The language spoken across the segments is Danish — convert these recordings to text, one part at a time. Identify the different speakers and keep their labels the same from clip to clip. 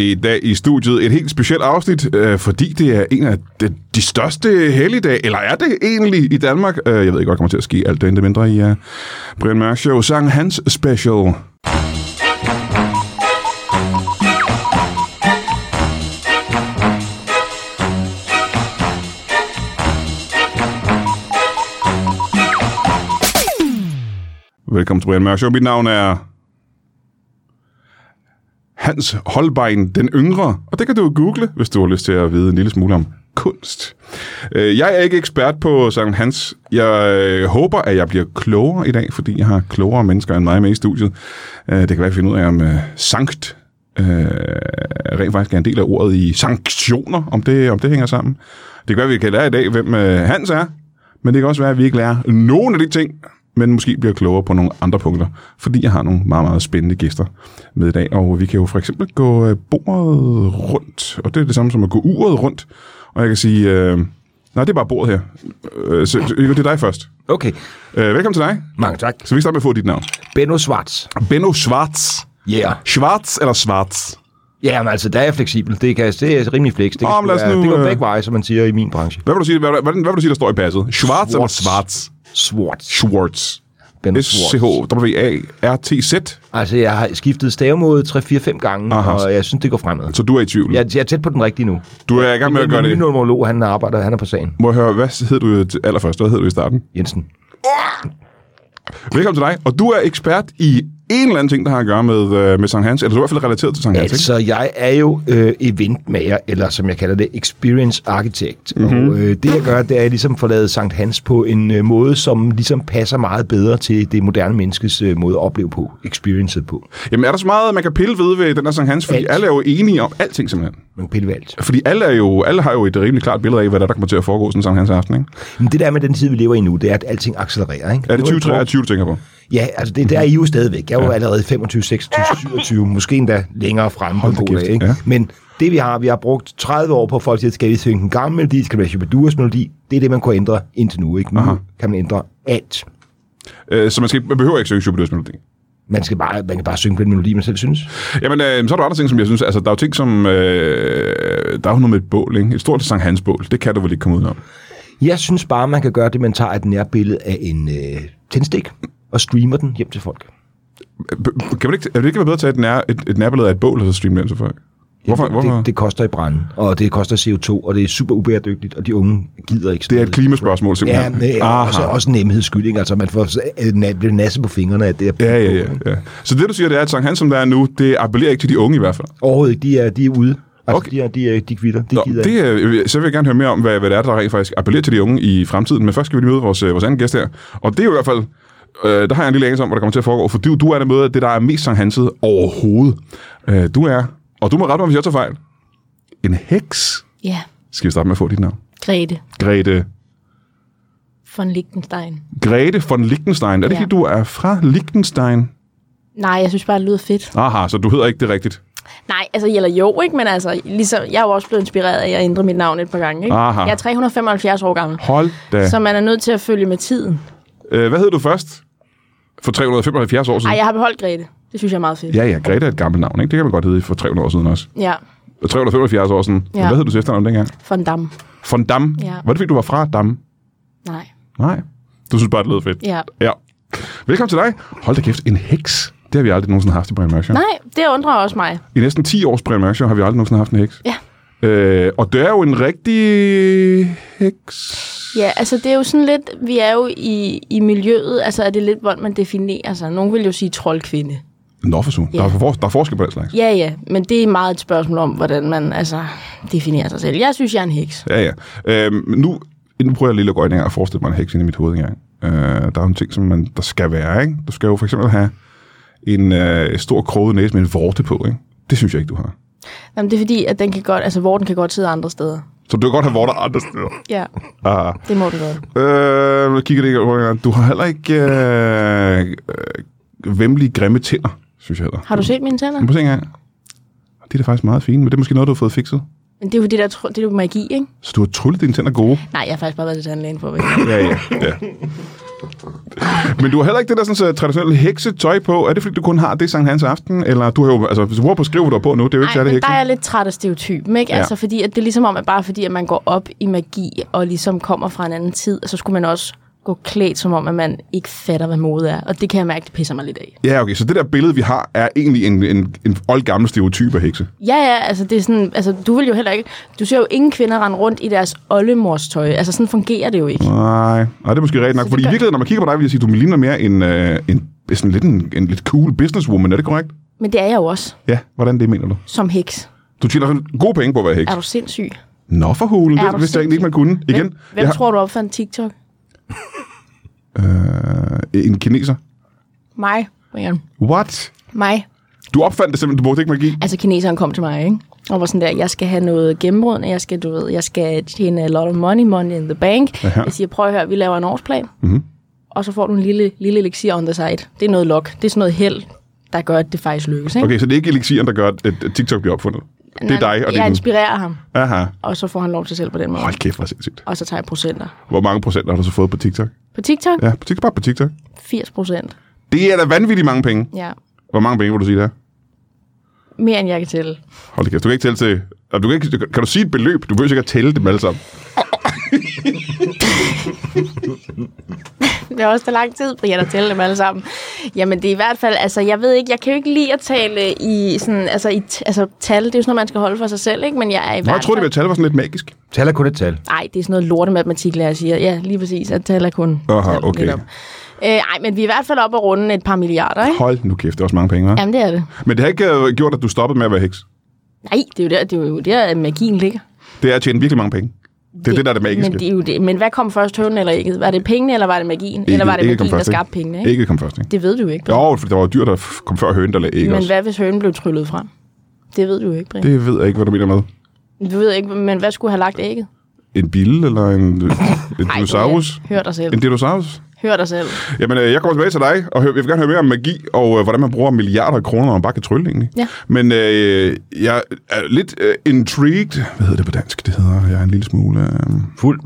Speaker 1: I dag i studiet et helt specielt afsnit, øh, fordi det er en af de, de største helligdage, eller er det egentlig i Danmark? Øh, jeg ved ikke, hvad kommer til at ske, alt det endte mindre i øh, Brian Mørk Show. Sang Hans Special. Velkommen til Brian Mørk Show. Mit navn er Hans Holbein den Yngre, og det kan du google, hvis du har lyst til at vide en lille smule om kunst. Øh, Jeg er ikke ekspert på Sankt Hans. Jeg øh, håber, at jeg bliver klogere i dag, fordi jeg har klogere mennesker end mig med i studiet. Øh, Det kan være, at finde ud af, om øh, Sankt øh, rent faktisk er en del af ordet i sanktioner, om det, om det hænger sammen. Det kan være, at vi kan lære i dag, hvem øh, Hans er, men det kan også være, at vi ikke lærer nogen af de ting, men måske bliver klogere på nogle andre punkter, fordi jeg har nogle meget, meget spændende gæster med i dag, og vi kan jo for eksempel gå øh, bordet rundt, og det er det samme som at gå uret rundt, og jeg kan sige, øh, nej, det er bare bordet her. Øh, så, så, Igor, det er dig først.
Speaker 2: Okay,
Speaker 1: Øh, velkommen til dig.
Speaker 2: mange tak.
Speaker 1: Så vi starter med at få dit navn.
Speaker 2: Benno Schwartz.
Speaker 1: Benno Schwarz.
Speaker 2: Ja. Yeah.
Speaker 1: Schwarz eller Schwarz?
Speaker 2: Ja, men altså, der er jeg fleksibel. Det, kan, det er rimelig fleks. Det kan,
Speaker 1: Nå, men
Speaker 2: sgu
Speaker 1: lad os
Speaker 2: være-
Speaker 1: nu,
Speaker 2: det kan
Speaker 1: øh,
Speaker 2: begge veje, som man siger i min branche.
Speaker 1: Hvad vil du sige, hvad, hvad, hvad, vil du sige der står i passet? Schwarz eller
Speaker 2: Schwarz.
Speaker 1: Schwarz?
Speaker 2: Schwartz.
Speaker 1: Schwartz.
Speaker 2: Benno Schwartz.
Speaker 1: S-C-H-W-A-R-T-Z.
Speaker 2: Altså, jeg har skiftet stavemåde 3-4-5 gange,
Speaker 1: Aha.
Speaker 2: og jeg synes, det går fremad.
Speaker 1: Så du er i tvivl.
Speaker 2: Jeg, jeg er tæt på den rigtige nu.
Speaker 1: Du er i gang med at gøre
Speaker 2: Min nye
Speaker 1: det.
Speaker 2: numerolog, han arbejder, han er på sagen.
Speaker 1: Må jeg høre, hvad hed du til allerførst? Hvad hed du i starten?
Speaker 2: Jensen.
Speaker 1: Velkommen til dig, og du er ekspert i en eller anden ting, der har at gøre med, øh, med Sankt Hans, eller du er i hvert fald relateret til Sankt Hans, ikke?
Speaker 2: Altså, jeg er jo øh, eventmager, eller som jeg kalder det, experience architect.
Speaker 1: Mhm.
Speaker 2: Mm-hmm. Og øh, det, jeg gør, det er, at jeg ligesom får lavet Sankt Hans på en øh, måde, som ligesom passer meget bedre til det moderne menneskes øh, måde at opleve på, experiencet på.
Speaker 1: Jamen er der så meget, man kan pille ved ved den her Sankt Hans, fordi
Speaker 2: Alt.
Speaker 1: alle er jo enige om alting simpelthen.
Speaker 2: Man piller ved alt.
Speaker 1: Fordi alle, er jo, alle har jo et rimelig klart billede af, hvad der, er, der kommer til at foregå sådan en Sankt Hans aften, ikke?
Speaker 2: Men det der med den tid, vi lever i nu, det er, at alting accelererer. Ikke?
Speaker 1: Er det
Speaker 2: Nu brugt-
Speaker 1: 2023, du tænker på?
Speaker 2: Ja, altså det der er I jo stadigvæk. Jeg er jo allerede 25, 26, 27, måske endda længere fremme på
Speaker 1: da
Speaker 2: gode
Speaker 1: kæft,
Speaker 2: dage. Ikke?
Speaker 1: ja.
Speaker 2: Men det vi har, vi har brugt 30 år på, at folk siger, skal vi synge en gammel melodi, skal det være Shubadurs melodi, det er det, man kunne ændre indtil nu. Ikke? Nu
Speaker 1: Aha.
Speaker 2: kan man ændre alt.
Speaker 1: Øh, så man, skal, man behøver ikke synge Shubidus melodi.
Speaker 2: Man, skal bare, man kan bare synge på den melodi, man selv synes.
Speaker 1: Jamen, øh, så er der andre ting, som jeg synes, altså der er jo ting som, øh, der er jo noget med et bål, ikke? Et stort Sankt Hans bål, det kan du vel ikke komme udenom.
Speaker 2: Jeg synes bare, man kan gøre det, man tager et nærbillede af en øh, tændstik og streamer den hjem til folk.
Speaker 1: B- Kan man ikke, er det ikke bedre at tage et, nær, et, et nærbillede af et bål, og så streame det ind til folk? Hvorfor? hvorfor?
Speaker 2: Det, det koster i branden, og det koster CO2, og det er super ubæredygtigt, og de unge gider ikke. sådan
Speaker 1: Det er
Speaker 2: noget.
Speaker 1: et klimaspørgsmål,
Speaker 2: Ja,
Speaker 1: simpelthen.
Speaker 2: men øh,
Speaker 1: Aha.
Speaker 2: også, også nemhedsskyld, ikke? Altså, man får bliver nasse på fingrene af det. her
Speaker 1: Ja, ja,
Speaker 2: på, ikke?
Speaker 1: ja, ja. Så det, du siger, det er, at Sankt Hans, som der er nu, det appellerer ikke til de unge i hvert fald.
Speaker 2: Overhovedet ikke, de er, de er ude. Altså,
Speaker 1: Okay.
Speaker 2: okay. de, er, de, er, de kvitter, de
Speaker 1: Nå,
Speaker 2: gider
Speaker 1: det, er- så vil jeg gerne høre mere om, hvad, hvad det er, der rent faktisk appellerer til de unge i fremtiden. Men først skal vi lige møde vores, øh, vores anden gæst her. Og det er jo i hvert fald, øh, der har jeg en lille anelse om, hvad der kommer til at foregå. For du, du er det med det, der er mest Sankt Hanset overhovedet. Øh, du er, og du må rette mig, hvis jeg tager fejl, en heks.
Speaker 3: Ja,
Speaker 1: Skal vi starte med at få dit navn?
Speaker 3: Grete
Speaker 1: Grete.
Speaker 3: von Lichtenstein.
Speaker 1: Grete von Liechtenstein. Er det
Speaker 3: Ja.
Speaker 1: ja. fordi, du er fra Liechtenstein?
Speaker 3: Nej, jeg synes bare, det lyder fedt.
Speaker 1: Aha, så du hedder ikke det rigtigt.
Speaker 3: Nej, altså, eller jo, ikke? Men altså, ligesom, jeg er jo også blevet inspireret af at ændre mit navn et par gange, ikke?
Speaker 1: Aha.
Speaker 3: Jeg er 375 år gammel,
Speaker 1: Hold da.
Speaker 3: så man er nødt til at følge med tiden.
Speaker 1: Øh, hvad hed du først? For 375 år siden?
Speaker 3: Ej, jeg har beholdt Grete. Det synes jeg er meget fedt.
Speaker 1: Ja, ja, Greta er et gammelt navn, ikke? Det kan man godt hedde for 300 år siden også.
Speaker 3: ja.
Speaker 1: Og 375 år siden. Ja.
Speaker 3: Ja.
Speaker 1: Hvad hed du til efternavn dengang?
Speaker 3: Von Damme.
Speaker 1: Von Dam.
Speaker 3: Ja.
Speaker 1: Var det fordi, du var fra Dam?
Speaker 3: Nej.
Speaker 1: Nej. Du synes bare, det lød fedt.
Speaker 3: Ja.
Speaker 1: ja. Velkommen til dig. Hold da kæft, en heks. Det har vi aldrig nogensinde haft i Brian Mørk Show.
Speaker 3: Nej, det undrer også mig.
Speaker 1: I næsten 10 års Brian Mørk Show har vi aldrig nogensinde haft en heks.
Speaker 3: Ja.
Speaker 1: Øh, og det er jo en rigtig heks.
Speaker 3: Ja, altså det er jo sådan lidt, vi er jo i, i miljøet, altså er det lidt, hvordan man definerer sig. Nogen vil jo sige troldkvinde.
Speaker 1: Nå, for sugen.
Speaker 3: Ja.
Speaker 1: Der, er for, der er forskel på den slags.
Speaker 3: Ja, ja, men det er meget et spørgsmål om, hvordan man altså definerer sig selv. Jeg synes, jeg er en heks.
Speaker 1: Ja, ja. Øhm, men nu, nu prøver jeg lige at gå ind og forestille mig en heks ind i mit hoved engang. Øh, der er jo en ting, som man, der skal være, ikke? Du skal jo for eksempel have en øh, stor kroget næse med en vorte på, ikke? Det synes jeg ikke, du har.
Speaker 3: Jamen, det er fordi, at den kan godt, altså, vorten kan godt sidde andre steder.
Speaker 1: Så du kan godt have vorter andre steder.
Speaker 3: Ja,
Speaker 1: Ah.
Speaker 3: det må den godt.
Speaker 1: Øh, nu kigger det ikke over engang. Du har heller ikke øh, øh, vemmelige, grimme tænder, synes jeg heller. Mm.
Speaker 3: Har du set mine tænder?
Speaker 1: Men prøv at se engang. Det er da faktisk meget fint, men det er måske noget, du har fået fikset.
Speaker 3: Men det er jo det der, tro- det er jo magi, ikke?
Speaker 1: Så du har trullet dine tænder gode.
Speaker 3: Nej, jeg har faktisk bare været til tandlægen for at
Speaker 1: Ja, ja. ja. Men du har heller ikke det der sådan, så traditionelle heksetøj på. Er det fordi, du kun har det Sankt Hans aften? Eller du har jo, altså, hvis du bruger på skrive, du har på nu, det er jo ikke
Speaker 3: Nej,
Speaker 1: særlig
Speaker 3: men der
Speaker 1: hekset.
Speaker 3: er jeg lidt træt af stereotypen, ikke?
Speaker 1: Ja.
Speaker 3: Ja. Altså, fordi at det er ligesom om, at bare fordi, at man går op i magi og ligesom kommer fra en anden tid, så skulle man også gå klædt, som om, at man ikke fatter, hvad mode er. Og det kan jeg mærke, det pisser mig lidt af.
Speaker 1: Ja, okay, så det der billede, vi har, er egentlig en, en, en oldgammel stereotyp af hekse.
Speaker 3: Ja, ja, altså det er sådan, altså du vil jo heller ikke, du ser jo ingen kvinder rende rundt i deres oldemors tøj. Altså sådan fungerer det jo ikke.
Speaker 1: Nej, nej det er måske rigtigt nok,
Speaker 3: det
Speaker 1: fordi i
Speaker 3: gør-
Speaker 1: virkeligheden, når man kigger på dig, vil jeg sige, du ligner mere en, øh, en, sådan lidt en, en lidt cool businesswoman, er det korrekt?
Speaker 3: Men det er jeg jo også,
Speaker 1: Ja, hvordan det mener du?
Speaker 3: som heks.
Speaker 1: Du tjener sådan gode penge på at være heks.
Speaker 3: Er du sindssyg?
Speaker 1: Nå for hulen,
Speaker 3: Er
Speaker 1: det
Speaker 3: du
Speaker 1: vidste jeg egentlig ikke, man kunne. Igen,
Speaker 3: Hvem, hvem
Speaker 1: jeg
Speaker 3: tror du opfandt TikTok?
Speaker 1: har, øh, en kineser.
Speaker 3: Mig, Brian.
Speaker 1: What?
Speaker 3: Mig.
Speaker 1: Du opfandt det simpelthen, du brugte ikke magi?
Speaker 3: Altså kineseren kom til mig, ikke? Og var sådan der, jeg skal have noget gennembrud, jeg skal, du ved, jeg skal tjene a lot of money, money in the bank.
Speaker 1: Aha. Mhm.
Speaker 3: Jeg siger, prøv at høre, vi laver en årsplan. Mm-hmm. Og så får du en lille, lille elixir on the side. Det er noget lok. Det er sådan noget held, der gør, at det faktisk lykkes, ikke?
Speaker 1: Okay, så det er ikke elixiren, der gør, at at TikTok bliver opfundet. Det er dig, og det
Speaker 3: Jeg
Speaker 1: er din.
Speaker 3: inspirerer ham,
Speaker 1: Aha.
Speaker 3: og så får han lov til selv på den måde.
Speaker 1: Hold kæft, hvor sindssygt.
Speaker 3: Og så tager jeg procenter.
Speaker 1: Hvor mange procent har du så fået på TikTok?
Speaker 3: På TikTok,
Speaker 1: Ja, på TikTok, bare på TikTok.
Speaker 3: 80 procent.
Speaker 1: Det er da vanvittigt mange penge.
Speaker 3: Ja.
Speaker 1: Hvor mange penge vil du sige, det er?
Speaker 3: Mere end jeg kan tælle.
Speaker 1: Hold da kæft, du kan ikke tælle til... og Du kan, ikke, kan du sige et beløb? Du behøver ikke at tælle dem alle sammen.
Speaker 3: Det har også for lang tid, Brian, at tælle dem alle sammen. Jamen, det er i hvert fald, altså, jeg ved ikke, jeg kan jo ikke lide at tale i sådan, altså, i t- altså tal, det er jo sådan noget, man skal holde for sig selv, ikke? Men jeg er
Speaker 1: Nå,
Speaker 3: i
Speaker 1: jeg troede,
Speaker 3: hvert
Speaker 1: det
Speaker 3: fald...
Speaker 1: med at tale var sådan lidt magisk.
Speaker 2: Tal er kun et tal.
Speaker 3: Nej, det er sådan noget lortematematik, lærer siger. Ja, lige præcis, at tal er kun...
Speaker 1: Aha,
Speaker 3: tal
Speaker 1: Ah, okay.
Speaker 3: lidt op. Øh, ej, men vi er i hvert fald oppe og runde et par milliarder, ikke?
Speaker 1: Hold nu kæft, det er også mange penge, hva'?
Speaker 3: Jamen, det er det.
Speaker 1: Men det har ikke øh, gjort, at du stoppede med at være heks.
Speaker 3: Nej, det er jo der, det er jo der at magien ligger.
Speaker 1: Det er at tjene virkelig mange penge. Det er det, der er det magiske.
Speaker 3: Men, det er jo det. men hvad kom først, hønen eller ægget? Var det pengene, eller var det magien? eller var det
Speaker 1: ægget kom
Speaker 3: magien, der
Speaker 1: først, ikke?
Speaker 3: skabte pengene? Ikke?
Speaker 1: Ikke kom først, ikke?
Speaker 3: Det ved du jo ikke.
Speaker 1: Jo, for der var jo dyr, der f- kom før høn, der lagde æg
Speaker 3: Men
Speaker 1: også.
Speaker 3: hvad hvis hønen blev tryllet frem? Det ved du jo ikke, Brian.
Speaker 1: Det ved jeg ikke, hvad du mener med.
Speaker 3: Du ved ikke, men hvad skulle have lagt ægget?
Speaker 1: En bil eller en, en
Speaker 3: Ej,
Speaker 1: dinosaurus?
Speaker 3: Brian, Hør dig selv.
Speaker 1: En dinosaurus?
Speaker 3: Hør dig selv.
Speaker 1: Jamen, øh, jeg kommer tilbage til dig, og hø- jeg vil gerne høre mere om magi, og øh, hvordan man bruger milliarder af kroner, når man bare kan trylle, egentlig.
Speaker 3: Ja.
Speaker 1: Men øh, jeg er lidt øh, intrigued. Hvad hedder det på dansk? Det hedder, jeg er en lille smule... Øh...
Speaker 2: Fuld.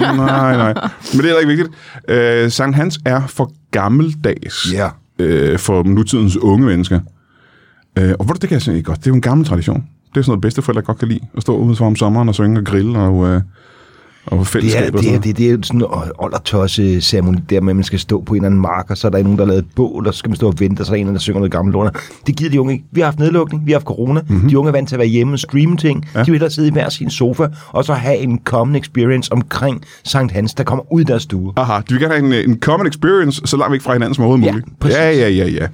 Speaker 1: nej, nej. Men det er heller ikke vigtigt. Øh, Sankt Hans er for gammeldags
Speaker 2: Ja.
Speaker 1: øh, for nutidens unge mennesker. Øh, og hvor det kan jeg simpelthen ikke godt. Det er jo en gammel tradition. Det er sådan noget, bedsteforældre godt kan lide. At stå udenfor om sommeren og synge og grille og, øh, og
Speaker 2: Det er,
Speaker 1: fællesskab. og
Speaker 2: det,
Speaker 1: sådan
Speaker 2: er,
Speaker 1: noget.
Speaker 2: det, er, det er jo sådan en oldertosse ceremoni, der med, at man skal stå på en eller anden mark, og så er der nogen, der har lavet et bål, og så skal man stå og vente, og så er der en, eller anden, der synger noget gammelt lort. Det gider de unge ikke. Vi har haft nedlukning, vi har haft corona.
Speaker 1: Mhm.
Speaker 2: Mm-hmm. De unge er vant til at være hjemme og streame ting. Ja. De vil hellere sidde i hver sin sofa, og så have en common experience omkring Sankt Hans, der kommer ud af deres stue.
Speaker 1: Aha, de vil gerne have en, øh, en common experience, så langt væk fra hinanden som overhovedet
Speaker 2: Ja,
Speaker 1: muligt.
Speaker 2: præcis.
Speaker 1: Ja, ja, ja, ja.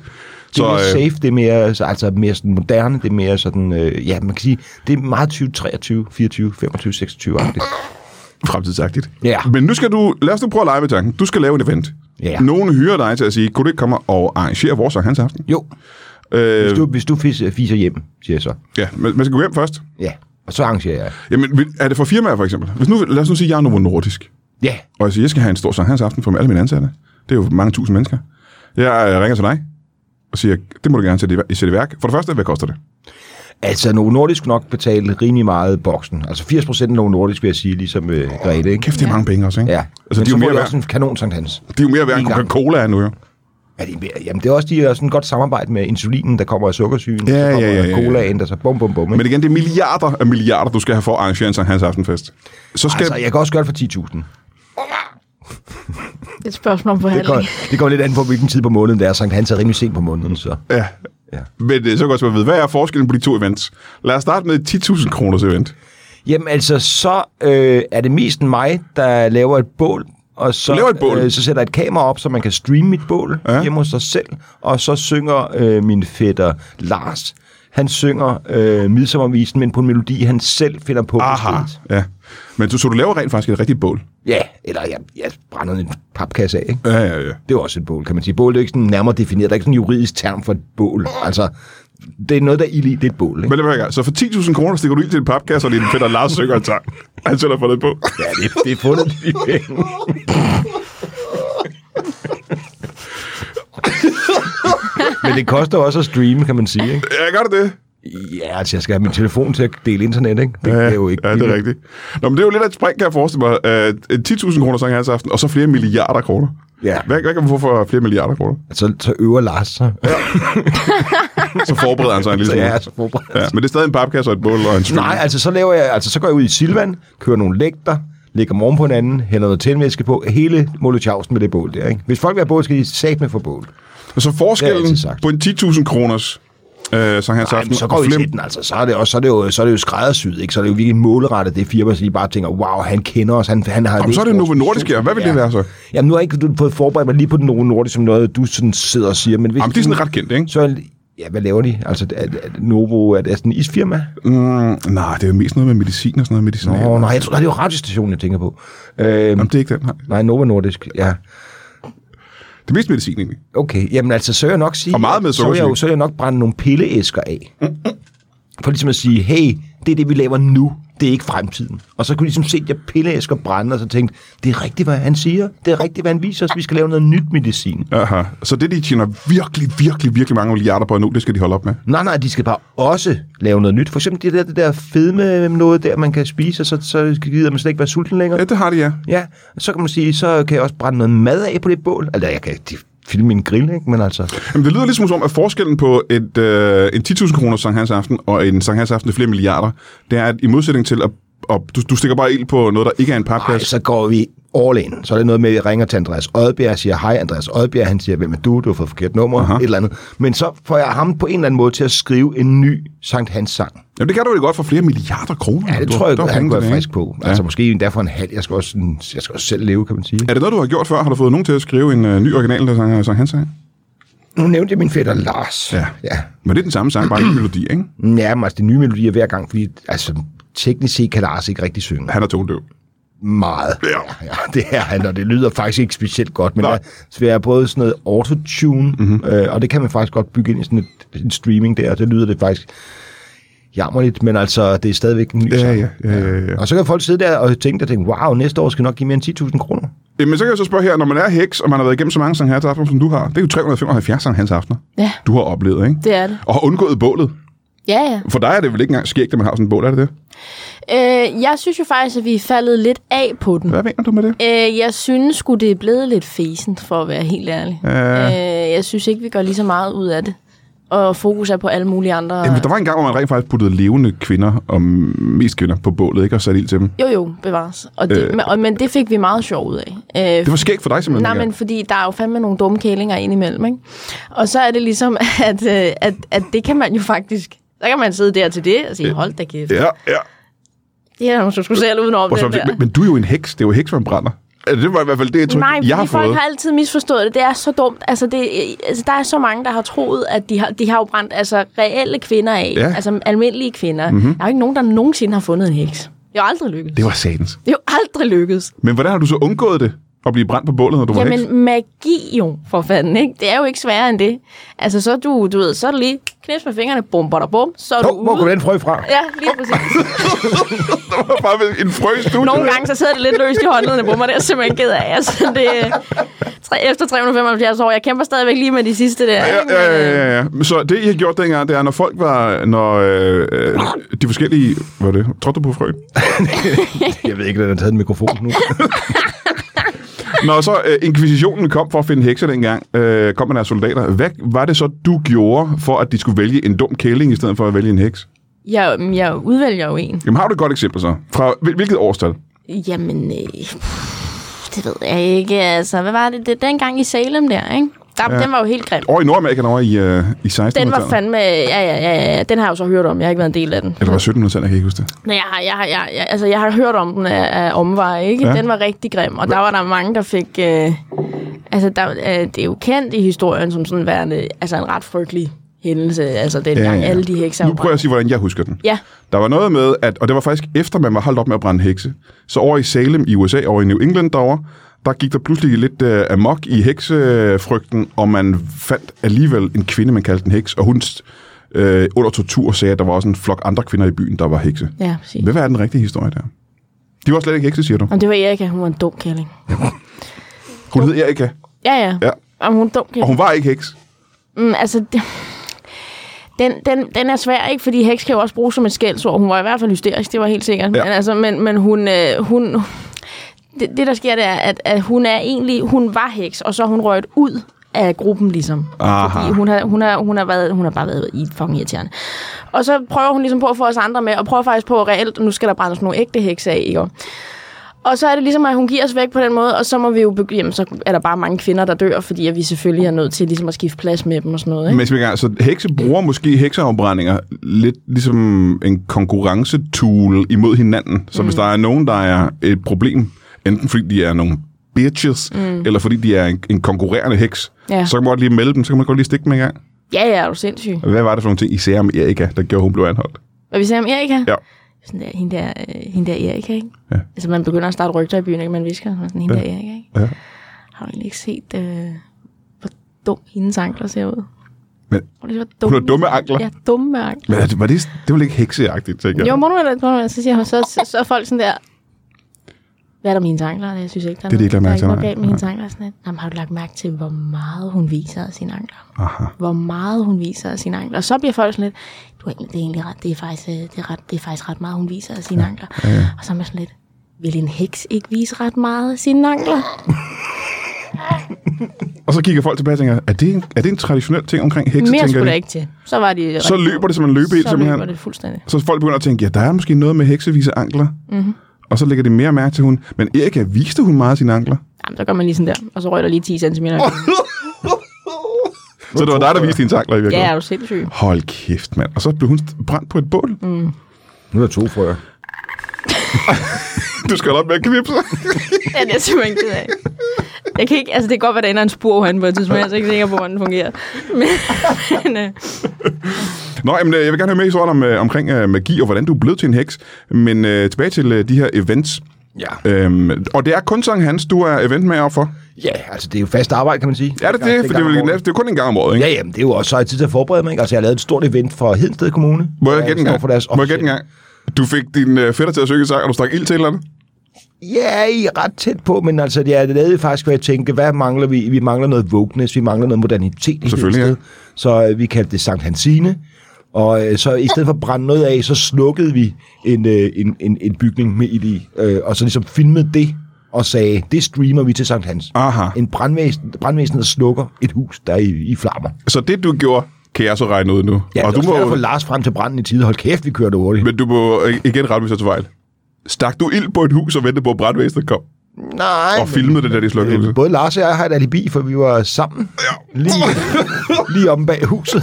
Speaker 2: Det
Speaker 1: Så,
Speaker 2: er mere
Speaker 1: øh,
Speaker 2: safe, det er mere, så- altså mere sådan moderne, det er mere sådan, øh, ja, man kan sige, det er meget 2023, 24, 25, 26 -agtigt.
Speaker 1: fremtidsagtigt.
Speaker 2: Ja.
Speaker 1: Men nu skal du, lad os nu prøve at lege med tanken. Du skal lave en event.
Speaker 2: Ja.
Speaker 1: Nogen hyrer dig til at sige, kunne du ikke komme og arrangere vores Sankt Hans aften?
Speaker 2: Jo,
Speaker 1: Øh,
Speaker 2: hvis du, hvis du fiser, fiser hjem, siger jeg så.
Speaker 1: Ja, man man skal gå hjem først.
Speaker 2: Ja, og så arrangerer jeg.
Speaker 1: Jamen, vil- er det for firmaer for eksempel? Hvis nu, lad os nu sige, at jeg er Novo Nordisk,
Speaker 2: Ja,
Speaker 1: og jeg siger, jeg skal have en stor Sankt Hans aften for alle mine ansatte. Det er jo mange tusind mennesker. Jeg øh, ringer til dig og siger, det må du gerne sætte i, vær- sætte i værk. For det første, hvad koster det?
Speaker 2: Altså, Novo Nordisk skulle nok betale rimelig meget i boksen. Altså 80 procent af Novo Nordisk, vil jeg sige, ligesom øh, Grete, ikke?
Speaker 1: Kæft, det er ja. mange penge også, ikke?
Speaker 2: Ja,
Speaker 1: Altså,
Speaker 2: men
Speaker 1: de er,
Speaker 2: så
Speaker 1: jo
Speaker 2: får
Speaker 1: mere
Speaker 2: de
Speaker 1: værd,
Speaker 2: også en kanon Sankt Hans.
Speaker 1: de er jo mere værd end
Speaker 2: en gang.
Speaker 1: Coca-Cola er nu, jo.
Speaker 2: Er de, mere- jamen, det er også, de har sådan et godt samarbejde med insulinen, der kommer af sukkersygen,
Speaker 1: Ja,
Speaker 2: så
Speaker 1: ja,
Speaker 2: kommer
Speaker 1: ja, ja, ja.
Speaker 2: colaen, der så bum, bum, bum.
Speaker 1: Men
Speaker 2: Ikke?
Speaker 1: igen, det er milliarder af milliarder, du skal have for at arrangere en Sankt Hans Aftenfest. Så skal...
Speaker 2: Altså, jeg kan også gøre det for 10.000.
Speaker 3: Det er et spørgsmål om
Speaker 2: Det går,
Speaker 3: forhandling.
Speaker 2: det går lidt an på, hvilken tid på måneden det er. Sankt Hans er rimelig sent på måneden, så.
Speaker 1: Ja.
Speaker 2: Ja.
Speaker 1: Men øh, så kan jeg også være ved, hvad er forskellen på de to events? Lad os starte med et 10.000 kroners event.
Speaker 2: Jamen altså, så øh, er det mest mig, der laver et bål, og så,
Speaker 1: Du laver et bål?
Speaker 2: Øh, så sætter jeg et kamera op, så man kan streame mit bål
Speaker 1: Ja.
Speaker 2: ja. hjemme hos sig selv, og så synger øh, min fætter Lars, han synger øh, midsommervisen, men på en melodi, han selv finder på. på
Speaker 1: Aha.
Speaker 2: stedet.
Speaker 1: Ja. Men så, så du laver rent faktisk et rigtigt bål.
Speaker 2: Ja, eller jeg, jeg brænder en papkasse af, ikke?
Speaker 1: Ja, ja, ja.
Speaker 2: Det er jo også et bål, kan man sige. Bål det er ikke sådan nærmere defineret. Der er ikke sådan en juridisk term for et bål. Altså, det er noget, der er ild i. Det er et bål, ikke?
Speaker 1: Men det var Så for 10.000 kroner stikker du ild til en papkasse, og det er en fætter Lars synger en sang. Han selv har fundet på.
Speaker 2: Ja, det, det er fundet de penge. Men det koster også at streame, kan man sige, ikke?
Speaker 1: Ja, gør det det?
Speaker 2: Ja, altså jeg skal have min telefon til at dele internet, ikke? Det
Speaker 1: ja,
Speaker 2: er jo ikke
Speaker 1: Ja, det er rigtigt. Nå, men det er jo lidt af et spring, kan jeg forestille mig. Øh, 10.000 kroner sang hans aften, og så flere milliarder kroner.
Speaker 2: Ja.
Speaker 1: Hvad, hvad kan man få for flere milliarder kroner?
Speaker 2: Så, så øver Lars sig.
Speaker 1: Så forbereder han sig en lille
Speaker 2: Så
Speaker 1: smule.
Speaker 2: jeg er så forberedt.
Speaker 1: Ja, men det er stadig en papkasse og et bål og en svin.
Speaker 2: Nej, altså så laver jeg, altså så går jeg ud i Silvan, kører nogle lægter, lægger morgen på hinanden, hælder noget tændvæske på, hele Molotjavsen med det bål der, ikke? Hvis folk vil have bål, skal de sat med for bål.
Speaker 1: Så
Speaker 2: Det har jeg
Speaker 1: forskellen
Speaker 2: altid sagt.
Speaker 1: på en 10.000 kroners øh, sang hans
Speaker 2: Ej, men
Speaker 1: aften
Speaker 2: så
Speaker 1: og
Speaker 2: går vi
Speaker 1: flere-
Speaker 2: til den, altså. Så er det, også, så er det jo, så er det jo skræddersyet, ikke? Så er det jo virkelig målrettet det firma, så de bare tænker, wow, han kender os, han, han har...
Speaker 1: Jamen, så er det
Speaker 2: læst
Speaker 1: Novo
Speaker 2: vores
Speaker 1: Nordisk her. Hvad vil det
Speaker 2: Ja.
Speaker 1: være så?
Speaker 2: Jamen, nu har jeg ikke du, fået forberedt mig lige på den Novo Nordisk, som noget, du sådan sidder og siger, men hvis...
Speaker 1: Jamen, det er sådan ret kendt, ikke?
Speaker 2: Så, ja, hvad laver de? Altså, er, er Novo, er det sådan en isfirma?
Speaker 1: Mm, nej, det er jo mest noget med medicin og sådan noget medicin.
Speaker 2: Åh, oh, nej, jeg tror, nej, det er jo radiostationen, jeg tænker på. Øhm,
Speaker 1: Jamen, det er ikke den. Nej.
Speaker 2: nej, Novo Nordisk, ja.
Speaker 1: Det er mest medicin, egentlig.
Speaker 2: Okay, jamen altså, så vil jeg nok sige...
Speaker 1: Og meget med
Speaker 2: så vil jeg, jo,
Speaker 1: sukkersyge.
Speaker 2: så vil jeg nok brænde nogle pilleæsker af. For ligesom at sige, hey, det er det, vi laver nu. Det er ikke fremtiden. Og så kunne jeg ligesom se, at jeg pilleæsker brænde, og så tænkte, det er rigtigt, hvad han siger. Det er rigtigt, hvad han viser os. Vi skal lave noget nyt medicin.
Speaker 1: Aha. Så det, de tjener virkelig, virkelig, virkelig mange milliarder på nu, det skal de holde op med.
Speaker 2: Nej, nej, de skal bare også lave noget nyt. For eksempel det der, det der fedme noget der, man kan spise, og så, så gider man slet ikke være sulten længere.
Speaker 1: Ja, det har de, ja.
Speaker 2: Ja, så kan man sige, så kan jeg også brænde noget mad af på det bål. Eller jeg kan de- filme min grill, ikke? Men altså...
Speaker 1: Jamen, det lyder ligesom som, at forskellen på et, øh, en 10.000 kroner Sankt Hans Aften og en Sankt Hans Aften til flere milliarder, det er, at i modsætning til, at og du, du stikker bare ild på noget, der ikke er en
Speaker 2: Ej,
Speaker 1: papkasse.
Speaker 2: så går vi all in. Så er det noget med, at jeg ringer til Andreas Odbjerg og siger, hej Andreas Odbjerg, han siger, hvem er du, du har fået forkert nummer, Aha. et eller andet. Men så får jeg ham på en eller anden måde til at skrive en ny Sankt Hans sang.
Speaker 1: Jamen, det kan du vel godt for flere milliarder kroner.
Speaker 2: Ja, det
Speaker 1: Du-
Speaker 2: tror jeg,
Speaker 1: der er
Speaker 2: han
Speaker 1: penge
Speaker 2: kunne
Speaker 1: til
Speaker 2: være
Speaker 1: det,
Speaker 2: frisk
Speaker 1: ikke?
Speaker 2: på. Altså måske endda for en halv. Jeg skal, også, sådan- jeg skal også selv leve, kan man sige.
Speaker 1: Er det noget, du har gjort før? Har du fået nogen til at skrive en øh, ny original, der sang, sang hans sang?
Speaker 2: Nu nævnte jeg min fætter Lars.
Speaker 1: Ja.
Speaker 2: ja.
Speaker 1: Men det er den samme sang, bare en melodi, ikke?
Speaker 2: Ja, men altså, de nye melodier hver gang, fordi altså, teknisk set kan Lars ikke rigtig synge.
Speaker 1: Han er tondøv.
Speaker 2: meget.
Speaker 1: Ja.
Speaker 2: ja det er han, og det lyder faktisk ikke specielt godt, men
Speaker 1: Nej. Mhm.
Speaker 2: der så er både sådan noget autotune, mm-hmm. øh, og det kan man faktisk godt bygge ind i sådan et, en streaming der, og det lyder det faktisk jammerligt, men altså, det er stadigvæk en ny
Speaker 1: Ja,
Speaker 2: sang.
Speaker 1: ja, ja, ja, ja.
Speaker 2: Og så kan folk sidde der og tænke, der tænke, wow, næste år skal jeg nok give mere end 10.000 kroner.
Speaker 1: Jamen, så kan jeg så spørge her, når man er heks, og man har været igennem så mange Sankt Hans Aftener, som du har, det er jo 375 Sankt Hans Aftener,
Speaker 3: Ja,
Speaker 1: du har oplevet, ikke?
Speaker 3: det er det.
Speaker 1: Og har undgået bålet.
Speaker 3: Ja, ja.
Speaker 1: For dig er det vel ikke engang skægt, at man har sådan en bål, er det det?
Speaker 3: Øh, jeg synes jo faktisk, at vi er faldet lidt af på den.
Speaker 1: Hvad mener du med det?
Speaker 3: Øh, jeg synes sgu, det er blevet lidt fæsent, for at være helt ærlig. Øh, jeg synes ikke, vi går lige så meget ud af det. Og fokus er på alle mulige andre...
Speaker 1: Jamen, der var en gang, hvor man rent faktisk puttede levende kvinder, og mest kvinder, på bålet, ikke? Og satte ild til dem.
Speaker 3: Jo, jo, bevares. Og det,
Speaker 1: Øh.
Speaker 3: men, og, men det fik vi meget sjov ud af. Øh,
Speaker 1: Det var skægt for dig simpelthen.
Speaker 3: Nej,
Speaker 1: ikke?
Speaker 3: men fordi der er jo fandme nogle dumme kælinger indimellem, ikke? Og så er det ligesom, at, øh, at, at det kan man jo faktisk... Der kan man sidde der til det og sige, hold da kæft.
Speaker 1: Ja, ja.
Speaker 3: Det er nogen, som skulle selv udenom
Speaker 1: Og så,
Speaker 3: den der.
Speaker 1: men, men, du er jo en heks. Det er jo heks, man brænder. Altså, det var i hvert fald det, jeg tror,
Speaker 3: Nej,
Speaker 1: jeg har
Speaker 3: fordi folk
Speaker 1: fået.
Speaker 3: har altid misforstået det. Det er så dumt. Altså, det, altså, der er så mange, der har troet, at de har, de har jo brændt altså, reelle kvinder af.
Speaker 1: Ja. Mhm.
Speaker 3: Altså almindelige kvinder. Mm-hmm. Der er jo ikke nogen, der nogensinde har fundet en heks. Det er jo aldrig lykkedes.
Speaker 1: Det var satans.
Speaker 3: Det er jo aldrig lykkedes.
Speaker 1: Men hvordan har du så undgået det? At blive brændt på bålet, når du var heks?
Speaker 3: Jamen, magi jo, for fanden, ikke? Det er jo ikke sværere end det. Altså, så er du, du ved, så er det lige knips med fingrene, bum, bada, bum, så er du
Speaker 2: Nå, hvor går
Speaker 3: ude.
Speaker 2: den frø fra?
Speaker 3: Ja, lige præcis.
Speaker 1: Der var bare en frø i studiet.
Speaker 3: Nogle gange så sidder det lidt løst i håndledene på mig, det er jeg simpelthen ked af. Altså, det, tre, efter 375 år, jeg kæmper stadigvæk lige med de sidste der.
Speaker 1: Ja,
Speaker 3: ikke?
Speaker 1: ja,
Speaker 3: Men, øh,
Speaker 1: ja, ja, ja. Så det, I har gjort dengang, det er, når folk var... Når øh, øh, de forskellige... Hvad er det? Trådte du på frø?
Speaker 2: Jeg ved ikke, hvordan han har taget en mikrofon nu.
Speaker 1: Når så øh, inkvisitionen kom for at finde hekser dengang, øh, kom med deres soldater. Hvad var det så, du gjorde, for at de skulle vælge en dum kælling, i stedet for at vælge en heks?
Speaker 3: Jeg, jeg udvælger jo en.
Speaker 1: Jamen har du et godt eksempel så? Fra hvil- hvilket årstal?
Speaker 3: Jamen, øh, det ved jeg ikke. Altså, hvad var det? det dengang i Salem der, ikke? Der, ja. Den var jo helt grim.
Speaker 1: Over i Nordamerika, der var i, øh, i 1600-tallet.
Speaker 3: Den var fandme... Ja, ja, ja, ja. Den har jeg jo så hørt om. Jeg har ikke været en del af den.
Speaker 1: Eller var det 1700-tallet, jeg kan ikke huske det.
Speaker 3: Nej, jeg har, jeg har, jeg, jeg, altså, jeg har hørt om den af, af omveje, ikke?
Speaker 1: Ja.
Speaker 3: Ja. Den var rigtig grim, og der var der mange, der fik... Øh, altså, der, øh, det er jo kendt i historien som sådan værende, altså en ret frygtelig hændelse, altså dengang ja, ja. alle de hekser...
Speaker 1: Nu prøver jeg at sige, hvordan jeg husker den.
Speaker 3: Ja,
Speaker 1: Der var noget med, at, og det var faktisk efter, man var holdt op med at brænde hekse. Så over i Salem i USA, over i New England derovre, der gik der pludselig lidt øh, amok i heksefrygten, og man fandt alligevel en kvinde, man kaldte en heks, og hun øh, under tortur sagde, at der var også en flok andre kvinder i byen, der var hekse.
Speaker 3: ja, præcis.
Speaker 1: Hvad er den rigtige historie der? De var slet ikke hekse, siger du.
Speaker 3: Om det var Erika, hun var en dum kælling.
Speaker 1: Hun hed Erika,
Speaker 3: Ja, ja.
Speaker 1: Ja.
Speaker 3: Om hun er en dum
Speaker 1: og
Speaker 3: kælling.
Speaker 1: hun var ikke heks.
Speaker 3: Mm, altså, det, Den, den, den er svær, ikke? Fordi heks kan jo også bruges som et skældsord. Hun var i hvert fald hysterisk, det var helt sikkert.
Speaker 1: Ja.
Speaker 3: Ja. Men, altså, men, men hun... Øh, hun det, det, der sker, det er, at, at hun er egentlig... Hun var heks, og så er hun røget ud af gruppen, ligesom.
Speaker 1: Aha.
Speaker 3: Fordi hun har, hun, har, hun, har været, hun har bare været i fucking irriterende. Og så prøver hun ligesom på at få os andre med, og prøver faktisk på at reelt, nu skal der brændes nogle ægte hekse af, ikke? Og så er det ligesom, at hun giver os væk på den måde, og så må vi jo begy- jamen, så er der bare mange kvinder, der dør, fordi at vi selvfølgelig er nødt til ligesom at skifte plads med dem og sådan noget. Ikke?
Speaker 1: Men som jeg gang, så hekse bruger måske hekseafbrændinger lidt ligesom en konkurrencetool imod hinanden. Så mm. hvis der er nogen, der er et problem, enten fordi de er nogle bitches, mm. eller fordi de er en, en konkurrerende heks, ja.
Speaker 3: Ja.
Speaker 1: så kan man godt lige melde dem, så kan man godt lige stikke dem en gang.
Speaker 3: Ja, ja, er du sindssyg.
Speaker 1: Hvad var det for nogle ting, især om Erika, der gjorde, at hun blev anholdt?
Speaker 3: Hvad vi sagde om Erika?
Speaker 1: Ja.
Speaker 3: Sådan der, hende der, øh, hende der Erika, ikke?
Speaker 1: Ja.
Speaker 3: Altså, man begynder at starte rygter i byen, ikke? Man visker, sådan, hende ja. der Erika, ikke?
Speaker 1: Ja.
Speaker 3: Har du egentlig ikke set, øh, hvor dum hendes ankler ser ud?
Speaker 1: Men
Speaker 3: Hvor det var
Speaker 1: hun har dumme ankler.
Speaker 3: Ja, dumme ankler.
Speaker 1: Men er det- var det, det var ikke hekseagtigt, tænker
Speaker 3: Jo,
Speaker 1: jeg.
Speaker 3: må du eller- må du- så siger hun, så, så, så er folk sådan der, hvad er der med hendes ankler? Jeg synes ikke, der er
Speaker 1: Det er de ikke lagt
Speaker 3: noget, der
Speaker 1: mærke
Speaker 3: er
Speaker 1: til,
Speaker 3: ikke
Speaker 1: nej.
Speaker 3: noget galt med hendes ankler. Sådan lidt. Jamen, har du lagt mærke til, hvor meget hun viser af sine ankler?
Speaker 1: Aha.
Speaker 3: Hvor meget hun viser af sine ankler. Og så bliver folk sådan lidt, du, er egentlig- det er egentlig ret, det er faktisk, øh, det er ret, det er faktisk ret meget, hun viser af sine ankler. Ja. Og så er man sådan lidt, vil en heks ikke vise ret meget af sine ankler?
Speaker 1: Og så kigger folk tilbage og tænker, er det en, er det en traditionel ting omkring hekse?
Speaker 3: Mere
Speaker 1: tænker
Speaker 3: skulle
Speaker 1: de.
Speaker 3: der ikke til. Så var de
Speaker 1: Så løber det som en løbehild,
Speaker 3: så løber
Speaker 1: simpelthen.
Speaker 3: det fuldstændig.
Speaker 1: Så folk begynder at tænke, ja, der er måske noget med heksevise ankler.
Speaker 3: Mhm.
Speaker 1: Mm-hmm. Og så lægger de mere mærke til hun. Men Erika viste hun meget af sine ankler.
Speaker 3: Jamen, så gør man lige sådan der, og så røg der lige 10 cm.
Speaker 1: så det var dig, der viste hendes ankler i
Speaker 3: Ja, er
Speaker 1: virkeligheden.
Speaker 3: du sindssyg?
Speaker 1: Hold kæft, mand. Og så blev hun st- brændt på et bål. Mm.
Speaker 2: Nu er der to frøer.
Speaker 1: Du skal op med at knipse.
Speaker 3: Den er jeg simpelthen ked af. Jeg kan ikke, altså det kan godt være, der ender en spor han på et tidspunkt, jeg er altså ikke sikker på, hvordan den fungerer. Men, men øh,
Speaker 1: Nå, jamen, øh, jeg vil gerne høre mere historien om, øh, omkring øh, magi og hvordan du er blevet til en heks. Men øh, tilbage til øh, de her events.
Speaker 2: Ja.
Speaker 1: Øhm, og det er kun Sankt Hans, du er eventmager for.
Speaker 2: Ja, altså det er jo fast arbejde, kan man sige.
Speaker 1: Er det det? For det er, vel, det er kun en gang om året, ikke?
Speaker 2: Ja, jamen, det er jo også så jeg tid til at forberede mig. Ikke? Altså, jeg har lavet et stort event for Hedensted Kommune.
Speaker 1: Må jeg
Speaker 2: der
Speaker 1: gætte en
Speaker 2: står
Speaker 1: gang?
Speaker 2: For deres
Speaker 1: Må jeg gætte en gang? Du fik din øh, fætter til at synge en sang, og du stak ild til et eller andet?
Speaker 2: Ja, I er ret tæt på, men altså, jeg lavede faktisk, hvad jeg tænkte, hvad mangler vi? Vi mangler noget wokeness, vi mangler noget modernitet. i
Speaker 1: Selvfølgelig,
Speaker 2: Hedensted.
Speaker 1: ja.
Speaker 2: Så øh, vi kaldte det Sankt Hansine. Og øh, så i stedet for at brænde noget af, så slukkede vi en, øh, en, en, en bygning med ild i, øh, og så ligesom filmede det og sagde, det streamer vi til Sankt Hans.
Speaker 1: Aha.
Speaker 2: En brandvæsen, brandvæsen, der slukker et hus, der er i, i flammer.
Speaker 1: Så det, du gjorde, kan jeg så regne ud nu.
Speaker 2: Ja, og
Speaker 1: og
Speaker 2: det
Speaker 1: du
Speaker 2: var svært at få
Speaker 1: må,
Speaker 2: Lars frem til branden i tide. Hold kæft, vi kørte hurtigt.
Speaker 1: men du må øh, igen rette mig så til fejl. Stak du ild på et hus og ventede på, at brandvæsenet kom?
Speaker 2: Nej.
Speaker 1: Og filmede det, da de slukkede
Speaker 2: Øh,
Speaker 1: huset?
Speaker 2: Både Lars og jeg har et alibi, for vi var sammen ja. lige, lige om bag huset.